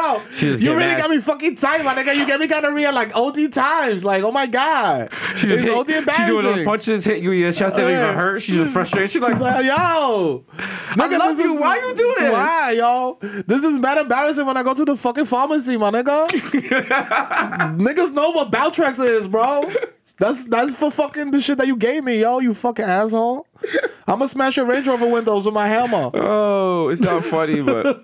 Speaker 9: you
Speaker 4: just getting
Speaker 9: really
Speaker 4: ass.
Speaker 9: got me fucking tight, my nigga. You get me gonorrhea like OD times. Like, oh my god,
Speaker 4: She just
Speaker 9: it's OD
Speaker 4: hit, she
Speaker 9: embarrassing.
Speaker 4: doing those punches, hit you in your chest, that don't even
Speaker 9: Yeah.
Speaker 4: hurt. She's just frustrated. She's like,
Speaker 9: It's like, yo, nigga,
Speaker 4: love
Speaker 9: this
Speaker 4: you.
Speaker 9: is-
Speaker 4: Why you do this?
Speaker 9: Why, yo? This is mad embarrassing when I go to the fucking pharmacy, my nigga. Niggas know what Baltrex is, bro. That's that's for fucking the shit that you gave me, yo. You fucking asshole. I'ma smash your Range Rover windows with my hammer.
Speaker 4: oh, it's not funny, but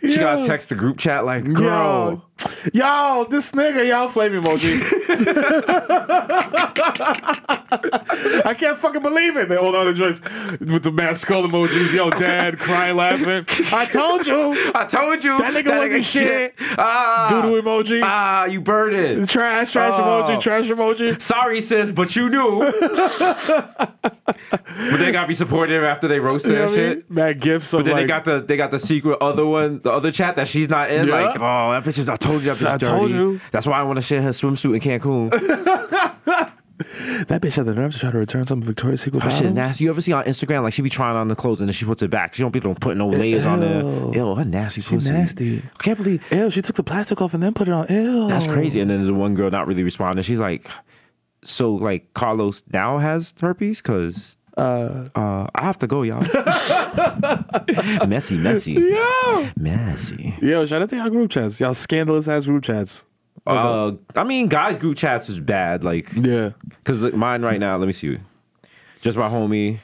Speaker 4: she
Speaker 9: Yeah.
Speaker 4: got to text the group chat like, girl.
Speaker 9: Yo, yo, this nigga, y'all flame emoji. I can't fucking believe it. They hold on to joints with the mad skull emojis. Yo, dad, crying, laughing. I told you.
Speaker 4: I told you
Speaker 9: That nigga wasn't shit.
Speaker 4: Ah,
Speaker 9: Doodoo emoji.
Speaker 4: ah, you burned it.
Speaker 9: trash, trash
Speaker 4: Oh.
Speaker 9: emoji, trash emoji.
Speaker 4: Sorry, sis, but you knew. but they gotta be supportive after they roast
Speaker 9: You know
Speaker 4: that
Speaker 9: what I
Speaker 4: shit.
Speaker 9: mean? Mad gifts of
Speaker 4: But then
Speaker 9: like,
Speaker 4: they got the they got the secret other one, the other chat that she's not in.
Speaker 9: Yeah.
Speaker 4: Like, oh, that bitch is. I told you, that bitch
Speaker 9: I
Speaker 4: dirty.
Speaker 9: told you.
Speaker 4: That's why I want to share her swimsuit in Cancun.
Speaker 5: That bitch had the nerve to try to return some Victoria's Secret
Speaker 9: Oh,
Speaker 4: That shit
Speaker 5: bottoms.
Speaker 4: nasty. You ever see on Instagram like she be trying on the clothes and then she puts it back. She don't be don't put no layers on there. Ew, her nasty pussy.
Speaker 5: nasty.
Speaker 4: I can't believe
Speaker 5: Ew, she took the plastic off and then put it on. Ew.
Speaker 4: that's crazy. And then the one girl not really responding. She's like, so like Carlos now has herpes because. Uh, I have to go, y'all. messy, messy, messy.
Speaker 5: Yo, shout out to y'all group chats. Y'all scandalous ass group chats.
Speaker 4: Uh, I mean, guys, group chats is bad. Like,
Speaker 5: Yeah.
Speaker 4: Because mine right now, let me see. Just my homie.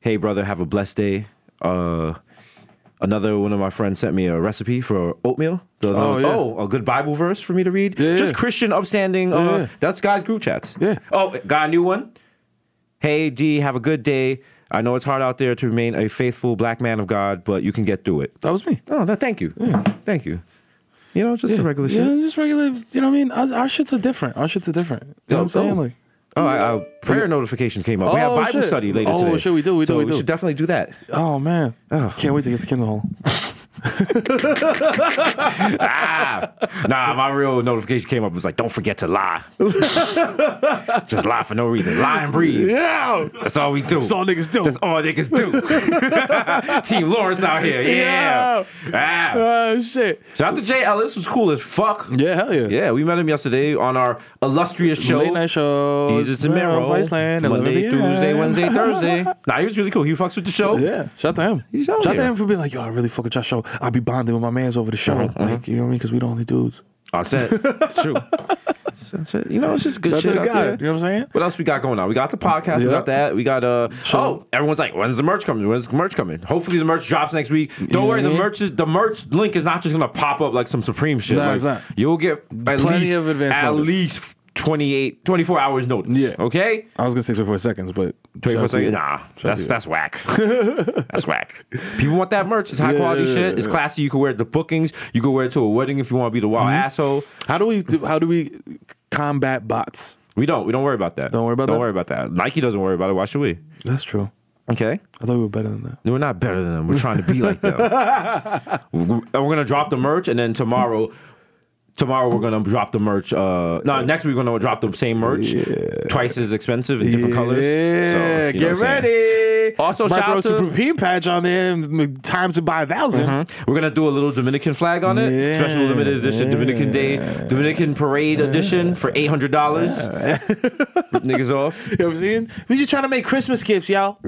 Speaker 4: Hey, brother, have a blessed day. Uh, another one of my friends sent me a recipe for oatmeal. The- the-
Speaker 5: Oh, yeah.
Speaker 4: a good Bible verse for me to read.
Speaker 5: Yeah,
Speaker 4: Just
Speaker 5: yeah.
Speaker 4: Christian, upstanding. uh,
Speaker 5: yeah.
Speaker 4: That's guys' group chats.
Speaker 5: Yeah.
Speaker 4: Oh, got a new one. Hey, D, have a good day. I know it's hard out there to remain a faithful black man of God, but you can get through it.
Speaker 5: That was me.
Speaker 4: Oh, that, thank you. Thank you. You know, just the regular shit.
Speaker 5: yeah, just regular. You know what I mean? Our, our shits are different. Our shits are different. You know what I'm saying? Like,
Speaker 4: Oh, I, I, prayer notification came up. we have
Speaker 5: Oh,
Speaker 4: Bible
Speaker 5: shit.
Speaker 4: study later
Speaker 5: Oh,
Speaker 4: today.
Speaker 5: shit, we do, we do,
Speaker 4: So
Speaker 5: we do.
Speaker 4: should definitely do that.
Speaker 5: oh man, can't wait to get to Kindle Hall.
Speaker 4: ah, nah, my real notification came up. It was like, don't forget to lie. Just lie for no reason. Lie and breathe.
Speaker 9: yeah.
Speaker 4: That's all we do. That's
Speaker 9: all niggas do.
Speaker 4: That's all niggas do. Team Lawrence out here. Yeah. Ah.
Speaker 5: Oh shit.
Speaker 4: Shout out to Jay Ellis, who's cool as fuck.
Speaker 5: Yeah, hell yeah.
Speaker 4: Yeah, we met him yesterday on our illustrious show.
Speaker 5: Late night show.
Speaker 4: Jesus and Mero.
Speaker 5: Viceland. 11
Speaker 4: Monday,
Speaker 5: p.m.
Speaker 4: Tuesday, Wednesday, Thursday. Nah, he was really cool. He fucks with the show.
Speaker 5: Yeah, shout to him.
Speaker 4: He's out
Speaker 5: Shout to
Speaker 4: here.
Speaker 5: him for being like, yo, I really fuck with your show. I be bonding with my mans over the show.
Speaker 4: Uh-huh,
Speaker 5: Like, you know what I mean? Because we the only dudes.
Speaker 4: I said it's true. So- so, you know, it's just good
Speaker 5: That's
Speaker 4: shit.
Speaker 5: what I
Speaker 4: out
Speaker 5: got.
Speaker 4: there.
Speaker 5: You know what I'm saying?
Speaker 4: What else we got going on? We got the podcast. We
Speaker 5: Yeah.
Speaker 4: got that. We got uh. Oh, everyone's like, when's the merch coming? When's the merch coming? Hopefully the merch drops next week. Don't worry, the
Speaker 5: Mhm.
Speaker 4: merch is the merch link is not just gonna pop up like some Supreme shit.
Speaker 5: No,
Speaker 4: Like,
Speaker 5: it's not.
Speaker 4: You'll get at
Speaker 5: Plenty
Speaker 4: least
Speaker 5: of advance
Speaker 4: at
Speaker 5: notice.
Speaker 4: least 28, 24 hours notice.
Speaker 5: Yeah.
Speaker 4: Okay.
Speaker 5: I was gonna say 24 seconds, but
Speaker 4: 24
Speaker 5: shout out to you.
Speaker 4: seconds. Nah,
Speaker 5: Shout out to
Speaker 4: that's
Speaker 5: you.
Speaker 4: that's whack. that's whack. People want that merch. It's high
Speaker 5: Yeah,
Speaker 4: quality
Speaker 5: yeah, yeah,
Speaker 4: shit. It's
Speaker 5: yeah.
Speaker 4: classy. You can wear it to bookings. You can wear it to a wedding if you want to be the
Speaker 5: Mm-hmm.
Speaker 4: wild asshole.
Speaker 5: How do we do, how do we combat bots?
Speaker 4: We don't. We don't worry about that.
Speaker 5: Don't worry about
Speaker 4: Don't
Speaker 5: that?
Speaker 4: worry about that. Nike doesn't worry about it. Why should we?
Speaker 5: That's true.
Speaker 4: Okay.
Speaker 5: I thought we were better than that.
Speaker 4: We're not better than them. We're trying to be like them. we're we're gonna drop the merch, and then tomorrow, tomorrow we're gonna drop the merch. Uh, no, next week we're gonna drop the same merch, twice as expensive in different colors. So,
Speaker 5: Yeah,
Speaker 4: you know
Speaker 5: get
Speaker 4: what I'm saying.
Speaker 5: ready.
Speaker 4: Also,
Speaker 5: Might
Speaker 4: shout
Speaker 5: throw
Speaker 4: out to Mm-hmm.
Speaker 5: some Supreme patch on there and times it by a 1000
Speaker 4: We're gonna do a little Dominican flag on it,
Speaker 5: Yeah.
Speaker 4: special limited edition Dominican Day, Dominican Parade edition for eight hundred dollars. Niggas off.
Speaker 5: You know what I'm saying? We just trying to make Christmas gifts, y'all.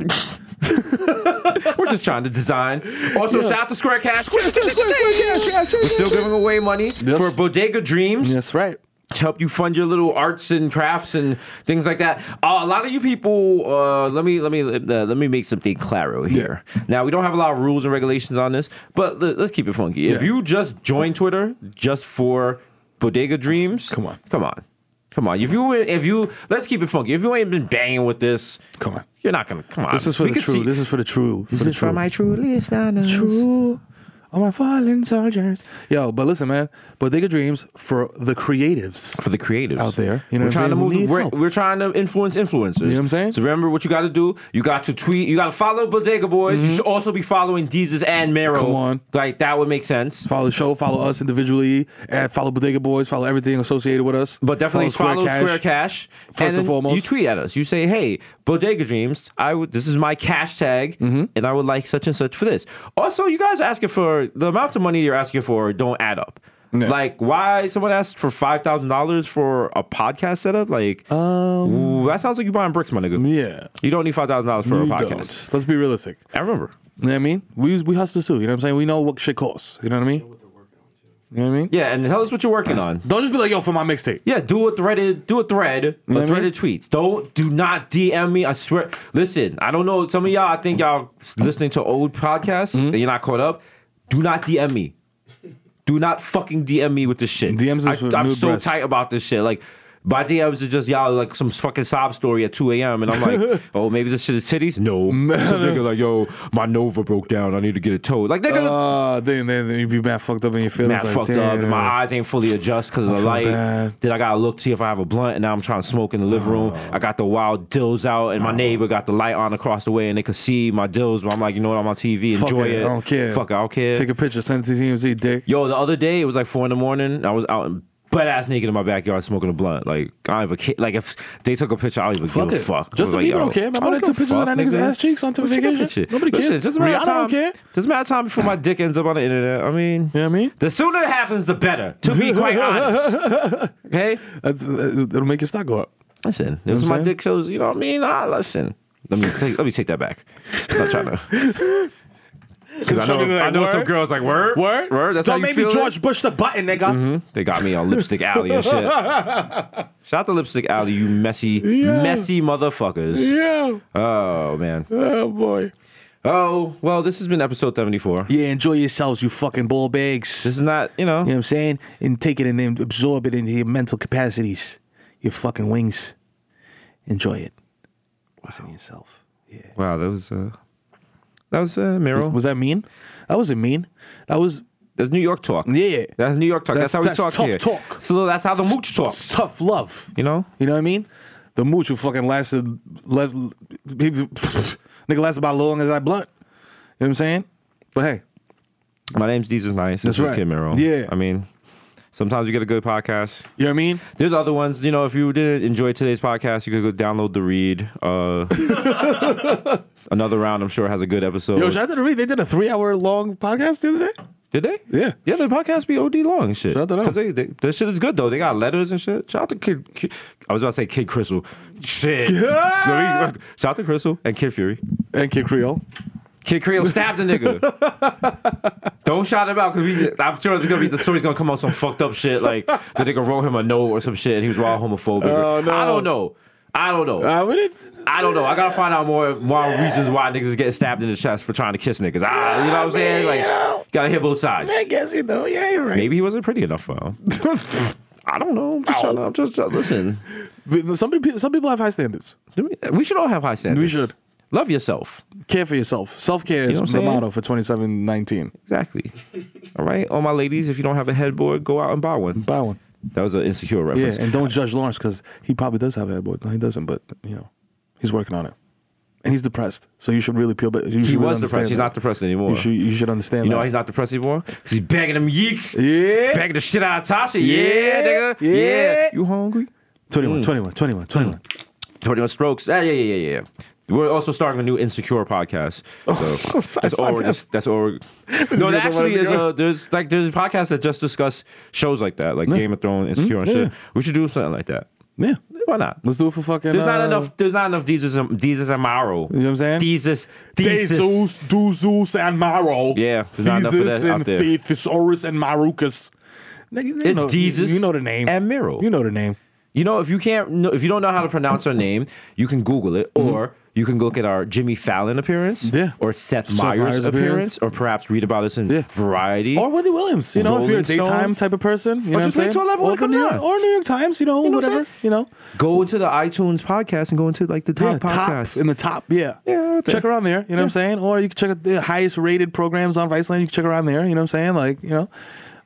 Speaker 4: We're just trying to design. Also, shout out to Square Cash. We're
Speaker 5: We're
Speaker 4: still giving away money for Bodega Dreams
Speaker 5: That's right.
Speaker 4: to help you fund your little arts and crafts and things like that. Uh, a lot of you people, uh, let me let me uh, let me make something claro here. Now we don't have a lot of rules and regulations on this, but le- let's keep it funky. If
Speaker 5: Yeah.
Speaker 4: you just join Twitter just for Bodega Dreams, come
Speaker 5: on.
Speaker 4: come on, come on. If you if you let's keep it funky. If you ain't been banging with this,
Speaker 5: Come on.
Speaker 4: you're not gonna come on.
Speaker 5: This is for
Speaker 4: We
Speaker 5: the
Speaker 4: can
Speaker 5: true.
Speaker 4: see-
Speaker 5: This is for the true.
Speaker 4: This
Speaker 5: for the
Speaker 4: is for
Speaker 5: true.
Speaker 4: my true listeners.
Speaker 5: true. All my fallen soldiers. Yo, but listen, man. Bodega Dreams for the creatives.
Speaker 4: for the creatives
Speaker 5: Out there, you know
Speaker 4: we're
Speaker 5: what I'm
Speaker 4: trying to
Speaker 5: saying, who
Speaker 4: move.
Speaker 5: need
Speaker 4: We're,
Speaker 5: help.
Speaker 4: we're trying to influence influencers. You know
Speaker 5: what I'm saying?
Speaker 4: So remember what you got to do. You got to tweet. You got to follow Bodega Boys. You should also be following Jesus and Mero.
Speaker 5: Mm-hmm. Come on.
Speaker 4: like that would make sense.
Speaker 5: Follow the show. Follow us individually. And follow Bodega Boys. Follow everything associated with us.
Speaker 4: But definitely follow,
Speaker 5: Cash.
Speaker 4: Square Cash.
Speaker 5: First
Speaker 4: and
Speaker 5: and
Speaker 4: then
Speaker 5: foremost.
Speaker 4: you tweet at us. You say, "Hey, Bodega
Speaker 5: Mm-hmm.
Speaker 4: Dreams, I would. This is my cash tag, and I would like such and such for this." Also, you guys are asking for are the amounts of money you're asking for don't add up. Like why someone asked for five thousand dollars for a podcast setup? Like,
Speaker 5: Um,
Speaker 4: ooh, that sounds like you buying bricks, my nigga.
Speaker 5: Yeah.
Speaker 4: you don't need five thousand dollars for a
Speaker 5: You
Speaker 4: podcast.
Speaker 5: don't. Let's be realistic.
Speaker 4: I remember.
Speaker 5: You know what I mean? We we hustle too. You know what I'm saying? We know what shit costs. You know what I mean? You know what I mean?
Speaker 4: Yeah, and tell us what you're working on.
Speaker 5: Don't just be like, yo, for my mixtape.
Speaker 4: Yeah, do a threaded, do a thread,
Speaker 5: know what
Speaker 4: a
Speaker 5: I
Speaker 4: threaded tweets. Don't do not DM me. I swear. Listen, I don't know. Some of y'all, I think y'all s- listening to old podcasts
Speaker 5: Mm-hmm.
Speaker 4: and you're not caught up. Do not DM me. Do not fucking DM me with this shit.
Speaker 5: DMs is
Speaker 4: I,
Speaker 5: for
Speaker 4: I'm
Speaker 5: nude
Speaker 4: so
Speaker 5: breasts.
Speaker 4: tight about this shit. Like. My DMs are just y'all like some fucking sob story at 2 a.m. and I'm like, oh, maybe this shit is titties? No. Some nigga like, yo, my Nova broke down. I need to get it towed. Like, nigga,
Speaker 5: Uh, then, then then you'd be mad fucked up in your
Speaker 4: Matt
Speaker 5: feelings. like,
Speaker 4: fucked up, and my
Speaker 5: damn.
Speaker 4: eyes ain't fully adjust because of the
Speaker 5: feel
Speaker 4: light.
Speaker 5: bad. Oh.
Speaker 4: Then I gotta look see if I have a blunt, and now I'm trying to smoke in the living room. I got the wild dills out, and my neighbor got the light on across the way, and they could see my dills. But I'm like, you know what? I'm on TV,
Speaker 5: Fuck
Speaker 4: enjoy
Speaker 5: it,
Speaker 4: it.
Speaker 5: I don't care.
Speaker 4: Fuck, it, I don't care.
Speaker 5: Take a picture, send it to TMZ, dick.
Speaker 4: Yo, the other day it was like four in the morning. I was out and butt ass naked in my backyard smoking a blunt. Like I don't even care. Like if they took a picture, I don't even give a fuck.
Speaker 5: Justin
Speaker 4: like,
Speaker 5: Bieber
Speaker 4: yo,
Speaker 5: don't care. Remember
Speaker 4: I
Speaker 5: they took
Speaker 4: give a
Speaker 5: pictures of
Speaker 4: fuck,
Speaker 5: that nigga's
Speaker 4: nigga.
Speaker 5: ass cheeks on
Speaker 4: Who took that
Speaker 5: vacation?
Speaker 4: shit?
Speaker 5: Nobody cares.
Speaker 4: Listen, Just a matter of
Speaker 5: Rihanna don't
Speaker 4: time.
Speaker 5: care.
Speaker 4: Just a matter of time before my dick ends up on the internet. I mean,
Speaker 5: You know what I mean?
Speaker 4: the sooner it happens, the better. To be quite honest. Okay.
Speaker 5: That's, uh, it'll make your stock go up.
Speaker 4: Listen, this is
Speaker 5: I'm
Speaker 4: my
Speaker 5: saying?
Speaker 4: dick shows. You know what I mean? Ah, listen. Let me take, let me take that back. I'm not trying to. Because I know,
Speaker 5: Shorty like,
Speaker 4: I know some
Speaker 5: "Word?
Speaker 4: girls like word,
Speaker 5: Word?
Speaker 4: word. That's
Speaker 5: Don't
Speaker 4: how you
Speaker 5: make
Speaker 4: feel
Speaker 5: me
Speaker 4: it?
Speaker 5: George Bush the button, nigga.
Speaker 4: They got me on Lipstick Alley and shit. Shout out to Lipstick Alley, you messy,
Speaker 5: Yeah.
Speaker 4: messy motherfuckers.
Speaker 5: Yeah.
Speaker 4: Oh man.
Speaker 5: Oh, boy.
Speaker 4: Oh well, this has been episode seventy-four.
Speaker 5: Yeah, enjoy yourselves, you fucking ball bags.
Speaker 4: This is not, you know.
Speaker 5: You know what I'm saying? And take it and then absorb it into your mental capacities, your fucking wings. Enjoy it. Listen to yourself.
Speaker 4: Wow, that was uh, that was uh, Meryl.
Speaker 5: Was that mean? That wasn't mean. That was
Speaker 4: That's New York talk.
Speaker 5: Yeah.
Speaker 4: that's New York talk. That's,
Speaker 5: That's-
Speaker 4: how we
Speaker 5: that's
Speaker 4: talk
Speaker 5: tough
Speaker 4: here.
Speaker 5: talk.
Speaker 4: So that's how the mooch
Speaker 5: it's
Speaker 4: talks.
Speaker 5: tough love.
Speaker 4: You know.
Speaker 5: You know what I mean? The mooch who fucking lasted, left, nigga lasted about as long as I blunt. You know what I'm saying? But hey,
Speaker 4: My name's Jesus Nice. This
Speaker 5: That's
Speaker 4: is
Speaker 5: right.
Speaker 4: Kid Meryl.
Speaker 5: Yeah.
Speaker 4: I mean, sometimes you get a good podcast.
Speaker 5: you know what I mean?
Speaker 4: There's other ones, you know. If you didn't enjoy today's podcast, you could go download the read. Uh, another round, I'm sure, has a good episode.
Speaker 5: Yo, shout out to the Reed. They did a three hour long podcast the other day.
Speaker 4: Did they?
Speaker 5: Yeah.
Speaker 4: Yeah, their podcast be OD long and shit.
Speaker 5: Shout out to them.
Speaker 4: Because they, they, this shit is good, though. They got letters and shit. Shout out to Kid. Kid I was about to say Kid Crystal. Shit. Let me- Shout out to Crystal and Kid Fury.
Speaker 5: And Kid Creole.
Speaker 4: Kid Creole stabbed a nigga. Don't shout him out because I'm sure there's gonna be the story's gonna come on some fucked up shit like the nigga wrote him a note or some shit and he was raw homophobic.
Speaker 5: Oh, no.
Speaker 4: I don't know. I don't know.
Speaker 5: I would it.
Speaker 4: I don't know. I gotta find out more more reasons why niggas is getting stabbed in the chest for trying to kiss niggas. Ah, you know what I'm saying? Like, gotta hit both sides.
Speaker 5: I guess you know. Yeah, you're right.
Speaker 4: Maybe he wasn't pretty enough for him. I don't know.
Speaker 5: Oh.
Speaker 4: I'm just trying to. I'm just trying- listen.
Speaker 5: But some people, some people have high standards.
Speaker 4: We should all have high standards.
Speaker 5: We should.
Speaker 4: love yourself.
Speaker 5: Care for yourself. Self care
Speaker 4: know
Speaker 5: is
Speaker 4: what I'm
Speaker 5: the
Speaker 4: saying?
Speaker 5: motto for 2719.
Speaker 4: Exactly. All right, all my ladies. If you don't have a headboard, go out and buy one.
Speaker 5: Buy one.
Speaker 4: That was an insecure
Speaker 5: Yeah,
Speaker 4: reference.
Speaker 5: and don't judge Lawrence because he probably does have a headboard. No, he doesn't, but you know, he's working on it, and he's depressed. So you should really peel. But you
Speaker 4: he
Speaker 5: should really
Speaker 4: was depressed.
Speaker 5: understand
Speaker 4: He's
Speaker 5: that.
Speaker 4: not depressed anymore.
Speaker 5: You
Speaker 4: You,
Speaker 5: should, you should understand.
Speaker 4: know
Speaker 5: that.
Speaker 4: why he's not depressed anymore? Because he's begging them yeeks.
Speaker 5: Yeah.
Speaker 4: Bagging the shit out of Tasha. Yeah,
Speaker 5: Yeah.
Speaker 4: nigga. Yeah.
Speaker 5: Yeah.
Speaker 4: You hungry?
Speaker 5: 21, 21,
Speaker 4: Mm.
Speaker 5: 21, 21.
Speaker 4: 21 strokes. Ah, yeah, yeah, yeah, yeah. We're also starting a new Insecure podcast.
Speaker 5: Oh,
Speaker 4: So that's all. We're just, that's all. We're, no, there actually is a there's like there's podcasts that just discuss shows like that, like Game of
Speaker 5: Hmm?
Speaker 4: Thrones, Insecure, and shit. We should do something like that.
Speaker 5: Yeah.
Speaker 4: Why not?
Speaker 5: Let's do it for fucking.
Speaker 4: There's not
Speaker 5: uh,
Speaker 4: enough. There's not enough Jesus and Jesus and Maro. You
Speaker 5: know what I'm saying?
Speaker 4: Jesus, Jesus.
Speaker 2: Jesus, Duzus, and Maro.
Speaker 4: Yeah, there's not enough of
Speaker 2: Thesis
Speaker 4: that out
Speaker 2: and
Speaker 4: there.
Speaker 2: the- Thesaurus and Marucus.
Speaker 5: Nigga, you
Speaker 4: It's
Speaker 5: know-
Speaker 4: Jesus.
Speaker 5: You know the name.
Speaker 4: and Miro.
Speaker 5: You know the name.
Speaker 4: You know, if you can't, know, if you don't know how to pronounce her name, you can Google it, or you can look at our Jimmy Fallon appearance,
Speaker 5: Mm-hmm. Yeah.
Speaker 4: or Seth,
Speaker 5: Seth
Speaker 4: Meyers,
Speaker 5: Meyers
Speaker 4: appearance,
Speaker 5: appearance.
Speaker 4: or perhaps read about us in
Speaker 5: Yeah.
Speaker 4: Variety.
Speaker 5: Or Wendy Williams. You know, if you're a
Speaker 4: Rolling Stone.
Speaker 5: daytime type of person, you know,
Speaker 4: just
Speaker 5: what I'm
Speaker 4: wait
Speaker 5: saying?
Speaker 4: till 11 when it
Speaker 5: Or
Speaker 4: comes
Speaker 5: New-
Speaker 4: on.
Speaker 5: Or New York Times. You know,
Speaker 4: know what I'm
Speaker 5: whatever.
Speaker 4: saying?
Speaker 5: You know,
Speaker 4: go into the iTunes podcast and go into like the
Speaker 5: yeah,
Speaker 4: top podcast.
Speaker 5: top in the top. Yeah,
Speaker 4: Yeah, right there.
Speaker 5: Check around there. You know what I'm saying? Or you can check out the highest rated programs on Viceland. You can check around there. You know what I'm saying? Like you know,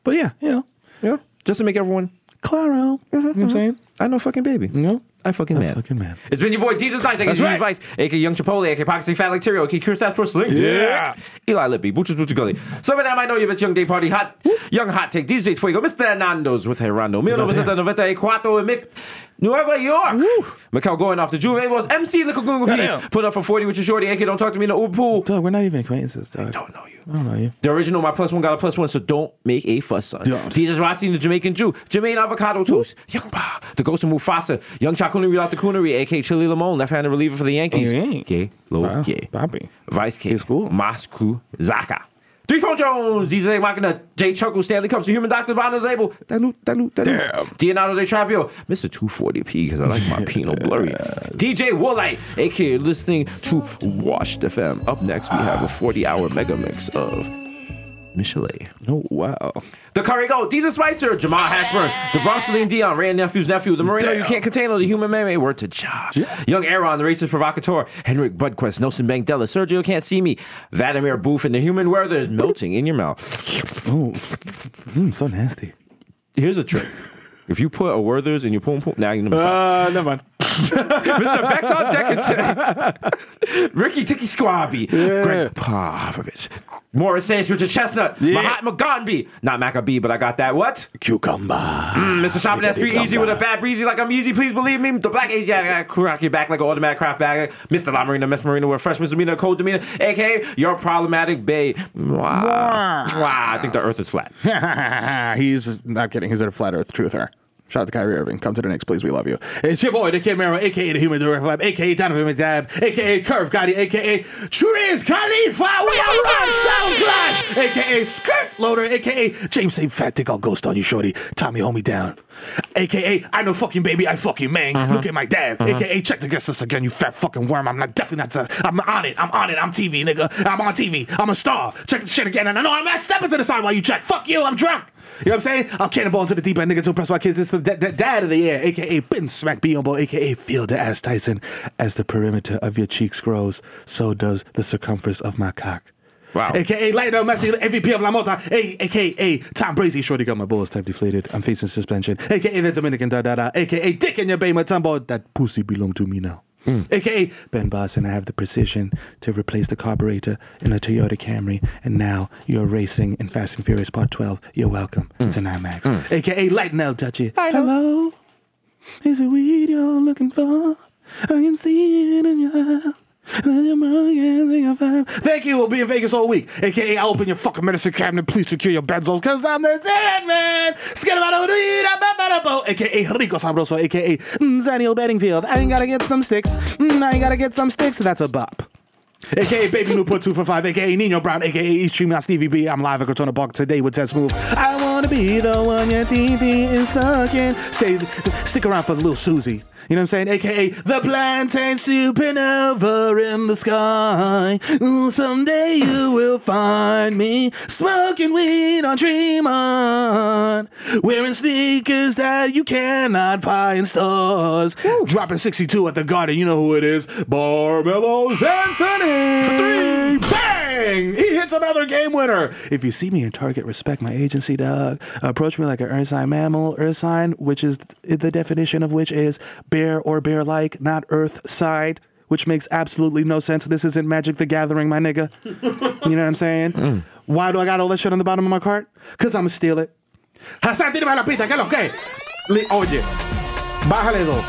Speaker 5: but yeah, you know,
Speaker 4: yeah, just to make everyone.
Speaker 5: Claro. you know what I'm saying?
Speaker 4: I know fucking baby.
Speaker 5: You know,
Speaker 4: I fucking mad.
Speaker 5: fucking mad.
Speaker 4: It's been your boy Jesus Nice, aka
Speaker 5: That's
Speaker 4: Jesus
Speaker 5: right.
Speaker 4: Vice, aka Young Chipotle, aka Poxy Fat Lacteria, aka Cure Staff Sports Sling.
Speaker 5: Yeah.
Speaker 4: Dick, Eli Lippy, Butchers Butcher Gully. Some of them I know you, but Young Day Party Hot, Young Hot Take, DJ Fuego, Mr. Hernandez with Herando, Mil Novecento Noventa y Cuatro, and Mick. Nueva York. Mikel going off the Juve labels. MC Little
Speaker 5: Goddamn.
Speaker 4: Goongo Put up for 40 with your shorty. AK, don't talk to me in the Uber pool.
Speaker 5: Dog, we're not even acquaintances, dog.
Speaker 4: Don't know you.
Speaker 5: I don't know you.
Speaker 4: The original, my plus one got a plus one, so don't make a fuss, son.
Speaker 5: Don't.
Speaker 4: Jesus Rossi, the Jamaican Jew. Jermaine Avocado Toast. Young Ba. The Ghost of Mufasa. Young Chakunuri out the Coonery, a.k.a. Chili Lamone, left-handed reliever for the Yankees.
Speaker 5: Okay.
Speaker 4: Okay. Low
Speaker 5: Oh, Wow.
Speaker 4: K.
Speaker 5: Bobby.
Speaker 4: Vice K.
Speaker 5: He's cool.
Speaker 4: Moscow. Zaka. Three Phone Jones, DJ Machina, Jay Chuckle, Stanley Cups, the Human Doctor, Bonner's Label, Danu, Danu, Danu. Leonardo De Trapio, Mr. 240p, because I like my Pinot Blurry. DJ Woolite, aka you're listening to Washed FM. Up next, we have a 40 hour mega mix of Michelet.
Speaker 5: Oh, wow.
Speaker 4: The Curry Goat, Deezer Spicer, Jamal Hashburn, the Bronx Celine Dion, Rand Nephew's nephew, the Marino you can't contain, or the human man word to Ja. Young Aaron, the racist provocateur, Henrik Budquest, Nelson Mandela, Sergio Can't See Me, Vladimir Booth, and the human weather is melting in your mouth.
Speaker 5: Oh, mm, so nasty.
Speaker 4: Here's a trick. If you put a Werther's in your poom poom, now you know.
Speaker 5: Uh, never mind.
Speaker 4: Mr. Bex on deck is today. Ricky Ticky Squabby. Greg Popovich. Morris Ace, Richard Chestnut. Mahatma Gandhi. Not Maccabee, but I got that. What?
Speaker 5: Cucumber.
Speaker 4: Mr. Shopping, that's three easy with a bad breezy like I'm easy. Please believe me. The black Asiatic I crack your back like an automatic craft bagger. Mr. La Marina, Miss Marina with fresh misdemeanor, cold demeanor, aka your problematic babe. Mwah. Mwah. I think the earth is flat.
Speaker 5: he's not kidding. He's a flat Earth truther. Shout out to Kyrie Irving. Come to the Knicks, please. We love you. It's your boy, the Kid Mero, aka the Human Direct Lab, aka Donovan McDab, aka Curve Gotti, aka Triz Khalifa. We are Rob Soundclash, aka Skirt Loader, aka James Say Fat Dick. I'll ghost on you, shorty. Tommy, hold me down. AKA, I know fucking baby, I fucking man. Look at my dad. AKA, check the guest list again, you fat fucking worm. I'm not definitely not. i I'm on it. I'm on it. I'm TV, nigga. I'm on TV. I'm a star. Check the shit again. And I know I'm not stepping to the side while you check. Fuck you. I'm drunk. You know what I'm saying? I'll cannonball into the deep end, nigga, to impress my kids. It's the da- da- dad of the year, aka Bin Smack Beyond aka Field the Ass Tyson. As the perimeter of your cheeks grows, so does the circumference of my cock.
Speaker 4: Wow.
Speaker 5: AKA Lionel Messi, MVP of La Mota, A- AKA Tom Brady, shorty got my balls type deflated. I'm facing suspension. AKA the Dominican da da da. AKA Dick in your bay Matumbo. That pussy belong to me now. AKA Ben Boss, and I have the precision to replace the carburetor in a Toyota Camry. And now you're racing in Fast and Furious Part 12. You're welcome to NIMAX. AKA Lightning El Duchy. Hello. Is it weed you're looking for? I can see it in your eyes. Thank you. We'll be in Vegas all week. AKA, I'll open your fucking medicine cabinet. Please secure your benzos because I'm the Sandman. man. Skidabada, weeda, babadabo. AKA, Rico Sabroso. AKA, mm, Daniel Bedingfield. I ain't gotta get some sticks. Mm, I ain't gotta get some sticks. That's a bop. AKA Baby Newport 2 for 5, AKA Nino Brown, AKA East Stream Out Stevie B. I'm live at Cortona Park today with Ted Smooth. I wanna be the one your DD is sucking. Stay, stick around for the little Susie. You know what I'm saying? AKA the plantain supernova in the sky. Ooh, someday you will find me smoking weed on Tremont, wearing sneakers that you cannot buy in stores. Dropping 62 at the garden, you know who it is. Barmelo's Anthony! For three! Bang! He hits another game winner! If you see me in Target, respect my agency, dog. Approach me like an ursine mammal. Ursine, which is the definition of which is bear or bear like, not earth side. Which makes absolutely no sense. This isn't Magic the Gathering, my nigga. You know what I'm saying? Why do I got all that shit on the bottom of my cart? Because I'm going to steal it. Hassan, tírame la pita, ¿qué es lo que? Le- Oye, bájale dos.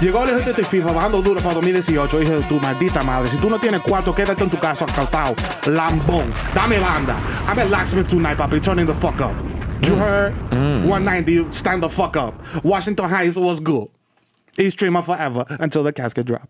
Speaker 5: Llegó el ejército de FIFA bajando duro para 2018. Dije, tu maldita madre, si tú no tienes cuarto, quédate en tu casa, caltao. Lambón, dame banda. I'm at Locksmith tonight, papi. Turning the fuck up. You heard? 190, stand the fuck up. Washington Heights was good. East Streamer forever until the casket drop.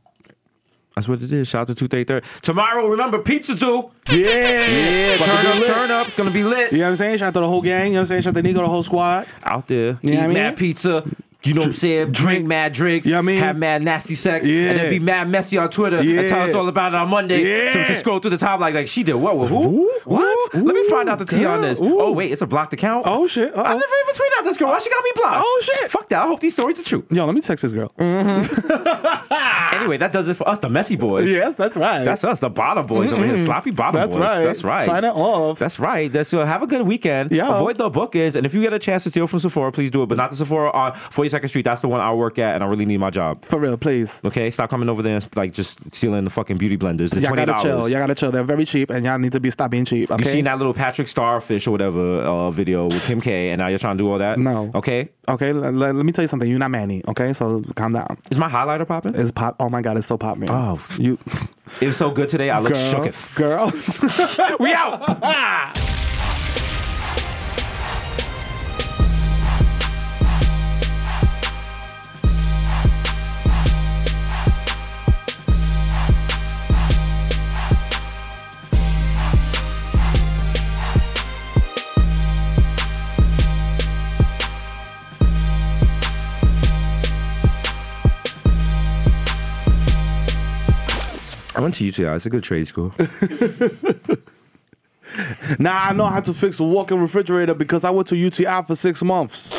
Speaker 4: That's what it is. Shout out to 233. Tomorrow, remember, Pizza Zoo.
Speaker 5: Yeah.
Speaker 4: Yeah,
Speaker 5: About to
Speaker 4: turn
Speaker 5: be
Speaker 4: up,
Speaker 5: lit.
Speaker 4: turn up. It's going to be lit.
Speaker 5: You know what I'm saying? Shout out to the whole gang. You know what I'm saying? Shout out to Nico, the whole squad.
Speaker 4: out there,
Speaker 5: You know
Speaker 4: eat
Speaker 5: what I mean?
Speaker 4: mad pizza. You know what I'm saying? Drink, mad drinks.
Speaker 5: You know what I mean?
Speaker 4: Have mad nasty sex. And
Speaker 5: Yeah.
Speaker 4: then be mad messy on Twitter and tell us
Speaker 5: Yeah.
Speaker 4: all about it on Monday. So we
Speaker 5: Yeah.
Speaker 4: can scroll through the top like, like she did what with who?
Speaker 5: Ooh, what?
Speaker 4: Let me find
Speaker 5: Ooh,
Speaker 4: out the tea on this.
Speaker 5: girl. Ooh.
Speaker 4: Oh, wait, it's a blocked account?
Speaker 5: Oh, shit.
Speaker 4: I
Speaker 5: Uh-oh.
Speaker 4: never even tweeted out this girl. Why she got me blocked?
Speaker 5: Oh, shit.
Speaker 4: Fuck that. I hope these stories are true.
Speaker 5: Yo, let me text this girl.
Speaker 4: Anyway, that does it for us, the messy boys.
Speaker 5: Ah. Yes, that's right.
Speaker 4: That's us, the bottom boys over here, sloppy bottom
Speaker 5: That's
Speaker 4: boys.
Speaker 5: right.
Speaker 4: That's right.
Speaker 5: Sign it off.
Speaker 4: That's right. That's uh, have a good weekend.
Speaker 5: Yeah.
Speaker 4: Avoid the bookers, and if you get a chance to steal from Sephora, please do it, but not the Sephora on 42nd 22nd Street. That's the one I work at, and I really need my job.
Speaker 5: For real, please.
Speaker 4: Okay, stop coming over there and like just stealing the fucking beauty blenders. The
Speaker 5: Y'all
Speaker 4: twenty
Speaker 5: gotta
Speaker 4: dollars.
Speaker 5: chill. Y'all gotta chill. They're very cheap, and y'all need to be stop being cheap. Okay?
Speaker 4: You seen that little Patrick Starfish or whatever uh, video with Kim K, and now you're trying to do all that?
Speaker 5: No.
Speaker 4: Okay.
Speaker 5: Okay, l- l- let me tell you something. You're not Manny. Okay, so calm down.
Speaker 4: Is my highlighter popping?
Speaker 5: It's pop. Oh my God, it's so pop man.
Speaker 4: Oh,
Speaker 5: you
Speaker 4: It was so good today. I look
Speaker 5: girl,
Speaker 4: shooketh.
Speaker 5: girl.
Speaker 4: We out. I went to UTI. It's a good trade school.
Speaker 10: Now I know how to fix a walking refrigerator because I went to UTI for six months.